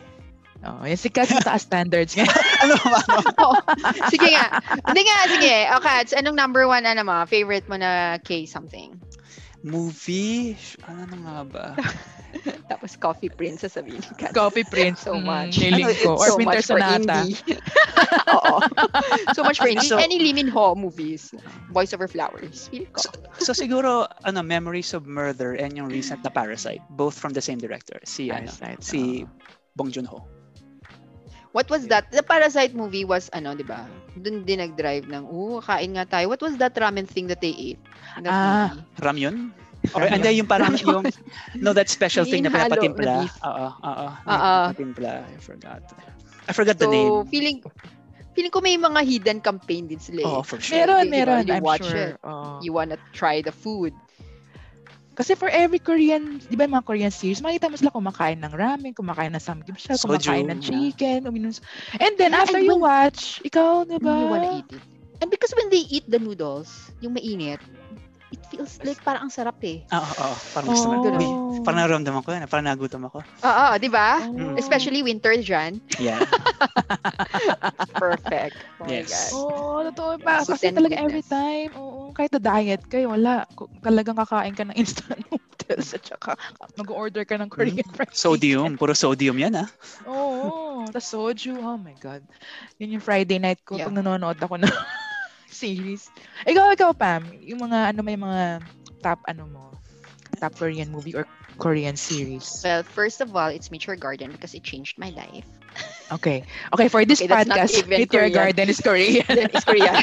Speaker 3: Oh, yung sikat yung taas standards niya.
Speaker 1: Ano ba?
Speaker 4: sige nga. Hindi nga, sige. O, Kats, anong number one, ano mo, favorite mo na K something?
Speaker 1: Movie? Sh- Ano na nga ba?
Speaker 4: Tapos Coffee Princess, sabihin ni Kats.
Speaker 3: Coffee Prince.
Speaker 4: So
Speaker 3: mm,
Speaker 4: much.
Speaker 3: niling
Speaker 1: Ano, it's
Speaker 3: ko. Or
Speaker 4: so
Speaker 3: Winter
Speaker 4: much for
Speaker 3: Sonata.
Speaker 4: indie. Oo. So much for indie.
Speaker 1: So-
Speaker 4: Any Lee Min Ho movies. Boys Over Flowers. Feel ko.
Speaker 1: So siguro, ano, Memories of Murder and yung recent na Parasite. Both from the same director. Si, ano,
Speaker 3: Parasite,
Speaker 1: si Bong Joon-ho.
Speaker 4: What was that? The Parasite movie was, ano, di ba? Doon din nag-drive ng, oo, kain nga tayo. What was that ramen thing that they ate? in that
Speaker 3: Ah,
Speaker 4: movie?
Speaker 1: Ramyun? Or
Speaker 3: Ramyun.
Speaker 1: hindi, yung parang yung,
Speaker 4: Ramyun.
Speaker 1: no, that special thing na
Speaker 4: Yung halo na
Speaker 1: pinapatimpla.
Speaker 4: beef.
Speaker 1: Oo, oo,
Speaker 4: Oo.
Speaker 1: oo. Pinapatimpla. I forgot. I forgot the
Speaker 4: So,
Speaker 1: name.
Speaker 4: feeling, feeling ko may mga hidden campaign din sila. eh.
Speaker 1: Oh, for sure.
Speaker 3: Meron,
Speaker 4: If you
Speaker 3: meron.
Speaker 4: really
Speaker 3: I'm
Speaker 4: watch
Speaker 3: sure. Oh.
Speaker 4: it,
Speaker 3: Oo.
Speaker 4: You wanna try the food.
Speaker 3: Kasi for every Korean, di ba yung mga Korean series, makita mo sila kumakain ng ramen, kumakain ng samgyeopsal,
Speaker 1: Soju,
Speaker 3: kumakain ng
Speaker 1: yeah.
Speaker 3: chicken, uminom. sa- And then,
Speaker 4: Ah,
Speaker 3: after
Speaker 4: and
Speaker 3: you
Speaker 4: when-
Speaker 3: watch, ikaw, di ba?
Speaker 4: You wanna eat it. And because when they eat the noodles, yung mainit, it feels like parang ang sarap eh.
Speaker 1: Oo, oo, oo. Parang gusto na.
Speaker 4: Ganun.
Speaker 1: Uy, parang naramdaman ko yan. Parang nagutom ako.
Speaker 4: Oo,
Speaker 3: Ah,
Speaker 4: di ba?
Speaker 1: Mm.
Speaker 4: Especially winter dyan.
Speaker 1: Yeah.
Speaker 4: Perfect. Oh my
Speaker 1: Yes.
Speaker 4: God.
Speaker 3: Oo, totoo pa.
Speaker 4: So,
Speaker 3: Kasi
Speaker 4: ten
Speaker 3: talaga
Speaker 4: goodness.
Speaker 3: every time, oo, kahit na diet kayo, wala. Ku- Talagang kakain ka ng instant noodles at saka mag-order ka ng Korean fried
Speaker 1: sodium. Puro sodium yan, ah.
Speaker 3: chicken. Oo, tas soju. Oh my God. Yun yung Friday night ko
Speaker 4: Yeah.
Speaker 3: pag nanonood ako ng series. Ikaw, ikaw, Pam. Yung mga, ano, may mga top, ano mo, top Korean movie or Korean series.
Speaker 4: Well, first of all, it's Meet Your Garden because it changed my life.
Speaker 3: Okay. Okay, for this
Speaker 4: Okay, that's not
Speaker 3: podcast,
Speaker 4: even
Speaker 3: Meet Your
Speaker 4: Korean.
Speaker 3: Garden is Korean.
Speaker 4: Then it's Korean.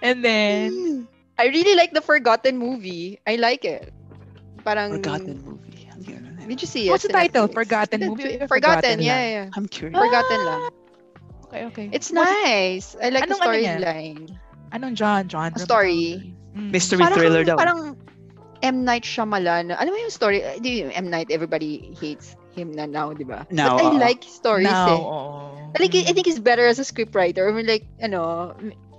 Speaker 3: And then,
Speaker 4: I really like the Forgotten movie. I like it. Parang,
Speaker 1: Forgotten
Speaker 4: Mm.
Speaker 1: movie. Ano yun? Ano yun?
Speaker 4: Did you see it?
Speaker 3: what's the
Speaker 4: Sa
Speaker 3: title?
Speaker 4: Netflix?
Speaker 3: Forgotten movie?
Speaker 4: Forgotten,
Speaker 3: or
Speaker 4: yeah,
Speaker 3: lang?
Speaker 4: yeah. yeah.
Speaker 1: I'm curious.
Speaker 4: Forgotten lang.
Speaker 3: Okay, okay.
Speaker 4: It's nice. I like
Speaker 3: Anong
Speaker 4: the
Speaker 3: ano niya?
Speaker 4: storyline.
Speaker 3: Anong John? John?
Speaker 4: A story.
Speaker 3: Hmm.
Speaker 1: Mystery
Speaker 4: Parang-
Speaker 1: thriller daw.
Speaker 4: Parang M. Night Shyamalan. Alam mo yung story, eh, di yung M. Night, everybody hates him na now, di ba?
Speaker 1: Now,
Speaker 4: But I
Speaker 1: oo.
Speaker 4: like stories
Speaker 3: Now,
Speaker 4: eh.
Speaker 3: oo.
Speaker 4: I, like, I think he's better as a scriptwriter. I mean, like, ano,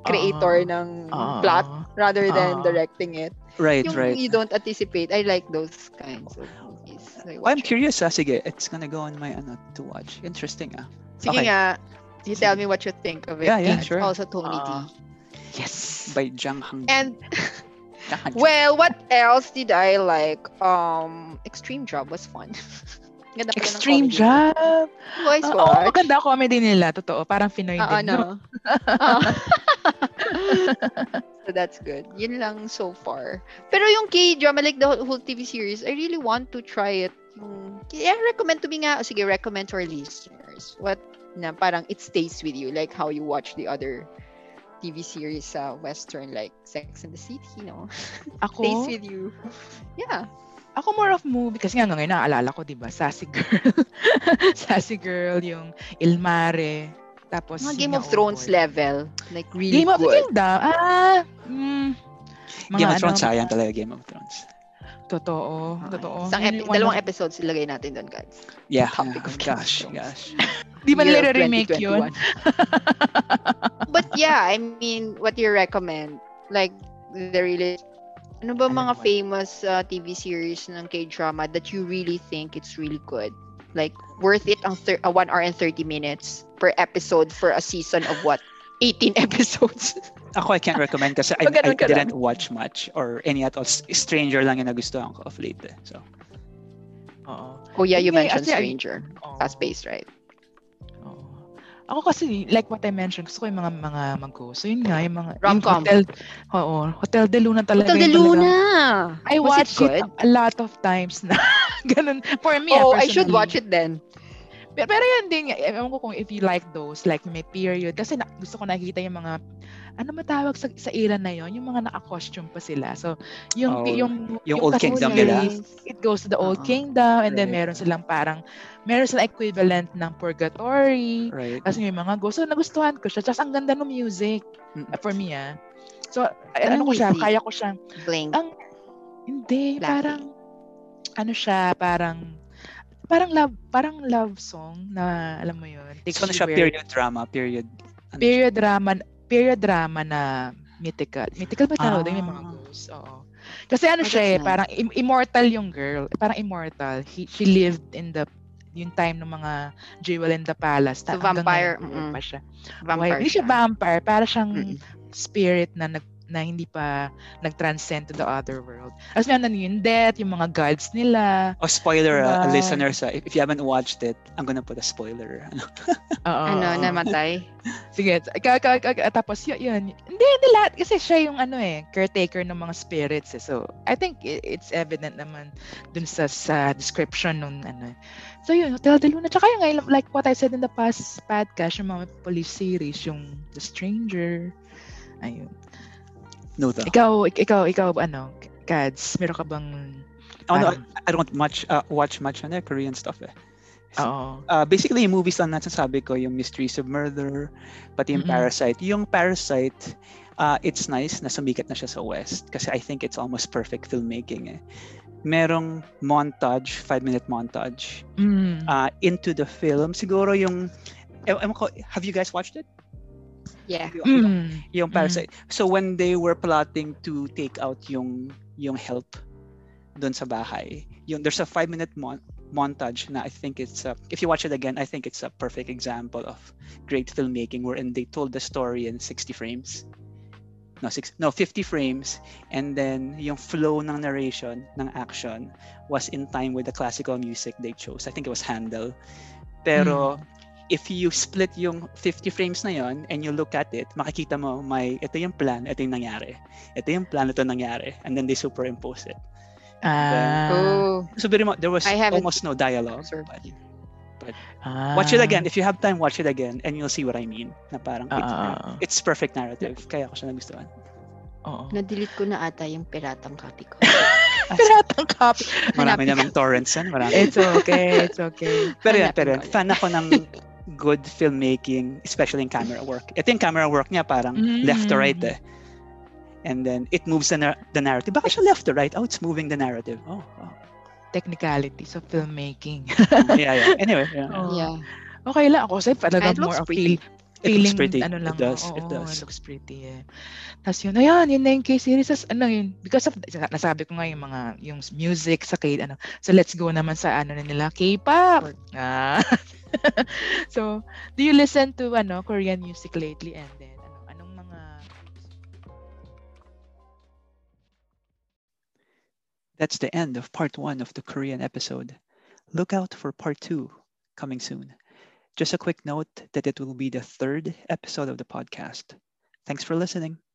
Speaker 4: creator
Speaker 1: Ah.
Speaker 3: Oo.
Speaker 4: ng
Speaker 3: Oo.
Speaker 4: plot rather than
Speaker 3: Oo.
Speaker 4: directing it.
Speaker 1: right,
Speaker 4: yung
Speaker 1: right.
Speaker 4: you don't anticipate. I like those kinds of movies. I
Speaker 1: I'm
Speaker 4: watch it.
Speaker 1: curious, ah. Sige, it's gonna go on my, ano, to watch. Interesting, ah.
Speaker 4: Sige
Speaker 1: Okay.
Speaker 4: nga, you tell me what you think of it.
Speaker 1: Yeah, yeah,
Speaker 4: It's
Speaker 1: sure. Ah.
Speaker 4: Also Tony D.
Speaker 3: Oo. Yes.
Speaker 1: By Jang Hang.
Speaker 4: And
Speaker 1: Jang Hang-
Speaker 4: Eh, Well, what else did I like? Um, Extreme Job was fun. Ganda pala ng
Speaker 3: Extreme
Speaker 4: comedy.
Speaker 3: Job. Ah,
Speaker 4: You guys
Speaker 3: Oo,
Speaker 4: watch?
Speaker 3: maganda comedy nila. Totoo. Parang Pinoy
Speaker 4: Ah,
Speaker 3: din. no?
Speaker 4: ano? Ah. so that's good. Yun lang so far. Pero yung K-drama, like the whole TV series, I really want to try it. Yung, yeah, recommend to me nga. O sige, recommend to our listeners. What na parang it stays with you. Like how you watch the other TV series sa Western, like Sex and the City, you know?
Speaker 3: Oh. Ako?
Speaker 4: Stays with you. Yeah.
Speaker 3: Ako more of movie. Kasi nga ano, ngayon naaalala ko, di ba? Sassy Girl. Sassy Girl, yung Ilmare. Tapos
Speaker 4: Mga
Speaker 3: yung
Speaker 4: Game of
Speaker 3: Naoboy.
Speaker 4: Thrones level. Like, really
Speaker 3: oh, Game of
Speaker 4: good.
Speaker 3: Kingdom. Ah, mm,
Speaker 1: Game
Speaker 3: mga
Speaker 1: of Thrones, ah.
Speaker 3: ano,
Speaker 1: sayang talaga Game of Thrones.
Speaker 3: Totoo.
Speaker 2: Okay.
Speaker 3: Totoo.
Speaker 2: Isang
Speaker 3: Yun
Speaker 2: epi-
Speaker 3: yung one
Speaker 2: dalawang
Speaker 3: of-
Speaker 2: episodes ilagay natin doon, guys.
Speaker 1: Yeah. Oh,
Speaker 2: Topic of Game of
Speaker 1: gosh,
Speaker 2: Thrones.
Speaker 1: gosh.
Speaker 3: Di ba
Speaker 2: Year
Speaker 3: nila
Speaker 2: of
Speaker 3: remake yun?
Speaker 2: 2021. But yeah, I mean, what you recommend? Like, the really... Ano ba
Speaker 1: Ano
Speaker 2: mga
Speaker 1: ba?
Speaker 2: famous uh, TV series ng K-drama that you really think it's really good? Like, worth it ang thir- uh, 1 hour and 30 minutes per episode for a season of what? 18 episodes.
Speaker 1: Ako, I can't recommend kasi I,
Speaker 2: Pag ganun
Speaker 1: I
Speaker 2: ka
Speaker 1: didn't
Speaker 2: lang.
Speaker 1: watch much or any at all. S- Stranger lang yung nagustuhan ko of late. eh. So,
Speaker 3: Oo.
Speaker 2: oh yeah, you
Speaker 3: Hindi,
Speaker 2: mentioned
Speaker 3: actually, I-
Speaker 2: Stranger.
Speaker 3: Oo.
Speaker 2: Fast-paced, right?
Speaker 3: Oo. Ako kasi, like what I mentioned, gusto ko yung mga mga mag-go. So yun nga, yung mga... yung
Speaker 2: Rom-com.
Speaker 3: Hotel, oo. Hotel de Luna talaga.
Speaker 4: Hotel de
Speaker 3: yun talaga.
Speaker 4: Luna!
Speaker 3: I
Speaker 4: Was it
Speaker 3: watched it,
Speaker 4: good?
Speaker 3: a lot of times na. Ganun. For me, ah,
Speaker 2: oh, I should watch it then.
Speaker 3: Pero, pero yun din, eh, ewan ko kung if you like those, like may period. Kasi na, gusto ko nakikita yung mga, ano matawag sa, sa era na yon yung mga naka-costume pa sila. So, yung,
Speaker 1: Oh,
Speaker 3: yung,
Speaker 1: yung Old
Speaker 3: cartoon
Speaker 2: Oh,
Speaker 1: Kingdom nila.
Speaker 3: series,
Speaker 1: Ah,
Speaker 3: It goes to the Old
Speaker 2: Oo.
Speaker 3: Kingdom and then
Speaker 1: Right.
Speaker 3: meron silang parang, meron silang equivalent ng Purgatory.
Speaker 1: right.
Speaker 3: Tapos may mga ghost. So, nagustuhan ko siya. Tapos ang ganda ng music.
Speaker 1: Mm.
Speaker 3: Uh, For me, ah. So, ay-
Speaker 4: Anong
Speaker 3: ano ko siya,
Speaker 4: music?
Speaker 3: kaya ko siya.
Speaker 2: Blank.
Speaker 3: Oh, Hindi,
Speaker 2: Latin.
Speaker 3: parang, ano siya, parang, parang love, parang love song na, alam mo yun. takes
Speaker 1: So, ano
Speaker 3: you
Speaker 1: siya,
Speaker 3: where-
Speaker 1: period drama, period. ano siya.
Speaker 3: period drama period drama na mythical. Mythical ba tawag? May mga
Speaker 1: Ah.
Speaker 3: ghosts. Oo. Kasi ano
Speaker 2: Oh,
Speaker 3: siya eh,
Speaker 2: that's nice.
Speaker 3: parang im- immortal yung girl. Parang immortal. He, she lived in the yung time ng mga Jewel in the Palace.
Speaker 2: So,
Speaker 3: Ta- hanggang
Speaker 2: vampire,
Speaker 3: ngayon, buhay
Speaker 2: mm-mm.
Speaker 3: pa siya. Vampire
Speaker 2: Vampire
Speaker 3: Hindi siya
Speaker 2: siya.
Speaker 3: vampire. Para siyang
Speaker 2: Mm-mm.
Speaker 3: spirit na nag na hindi pa nag-transcend to the other world. As may ano yun, death, yung mga gods nila.
Speaker 1: Oh, spoiler, ah,
Speaker 3: Right.
Speaker 1: listeners. ah, if if you haven't watched it, I'm gonna put a spoiler. Ano?
Speaker 3: Oo.
Speaker 2: Ano, namatay.
Speaker 3: Sige, t- ka- ka- ka- ka- tapos yun, yun. Hindi, hindi lahat. Kasi siya yung ano eh, caretaker ng mga spirits eh. So, I think i- it's evident naman dun sa, sa description nung ano. So yun, Hotel de Luna. Tsaka yung ngayon, like what I said in the past podcast, yung mga police series, yung The Stranger. Ayun.
Speaker 1: No, though.
Speaker 3: Ikaw, ik- ikaw, ikaw, ano, Kads, meron ka bang...
Speaker 1: Oh, no,
Speaker 3: parang-
Speaker 1: I don't much uh, watch much on Korean stuff. Eh.
Speaker 3: Oo.
Speaker 1: Uh, basically, yung movies lang nasasabi ko, yung Mysteries of Murder, pati yung
Speaker 3: Mm-mm.
Speaker 1: Parasite. Yung Parasite, uh, it's nice na sumikat na siya sa West kasi I think it's almost perfect filmmaking. Eh. Merong montage, five-minute montage
Speaker 3: Mm.
Speaker 1: uh, into the film. Siguro yung, ew- ewan ko, have you guys watched it?
Speaker 2: Yeah.
Speaker 1: Yung-
Speaker 3: Mm.
Speaker 1: Yung Parasite. So when they were plotting to take out yung yung help doon sa bahay, yung there's a five minute mon- montage na I think it's a, if you watch it again, I think it's a perfect example of great filmmaking wherein they told the story in 60 frames. No, six, no, 50 frames and then yung flow ng narration ng action was in time with the classical music they chose. I think it was Handel. Pero if you split yung 50 frames na yon and you look at it, makikita mo may ito yung plan, ito yung nangyari. Ito yung plan, ito yung nangyari. And then they superimpose it.
Speaker 3: Ah.
Speaker 2: Oh.
Speaker 1: So very much, there was
Speaker 2: I haven't
Speaker 1: almost no dialogue.
Speaker 2: observed
Speaker 1: but
Speaker 2: yun.
Speaker 3: ah.
Speaker 1: watch it again. If you have time, watch it again and you'll see what I mean. Na parang
Speaker 3: Ah,
Speaker 1: it's,
Speaker 3: ah, ah, ah.
Speaker 1: it's perfect narrative. Kaya ko siya nagustuhan.
Speaker 3: Oo.
Speaker 2: Na-delete ko na ata yung piratang copy ko.
Speaker 3: Piratang copy.
Speaker 1: Marami
Speaker 2: Hanapin Eh,
Speaker 1: namang torrents yan. Marami.
Speaker 3: It's okay. It's okay.
Speaker 1: pero yan,
Speaker 2: hanapin
Speaker 1: pero yan.
Speaker 2: ko yan.
Speaker 1: Fan ako ng good filmmaking, especially in camera work. Ito yung camera work niya parang left to right eh.
Speaker 3: Mm.
Speaker 1: And then it moves the, nar- the narrative. Bakit siya left to right? Oh, it's moving the narrative. Oh, wow.
Speaker 3: Technicalities of filmmaking.
Speaker 1: yeah, yeah. Anyway, yeah.
Speaker 3: Oo.
Speaker 2: Yeah.
Speaker 3: Okay lang ako kasi talaga
Speaker 2: And it looks
Speaker 3: more of
Speaker 2: pretty.
Speaker 3: feel,
Speaker 1: It
Speaker 3: feeling
Speaker 1: looks pretty.
Speaker 3: ano lang.
Speaker 1: it does.
Speaker 3: oo,
Speaker 1: it does.
Speaker 3: looks pretty eh. Tapos yun, ayun, yun na yung K-series. Tas ano yun, because of, nasabi ko nga yung mga, yung music sa K, ano. So let's go naman sa ano na nila, K-pop. Ah. so, do you listen to ano Korean music lately and then ano, anong mga
Speaker 1: That's the end of part one of the Korean episode. Look out for part two coming soon. Just a quick note that it will be the third episode of the podcast. Thanks for listening.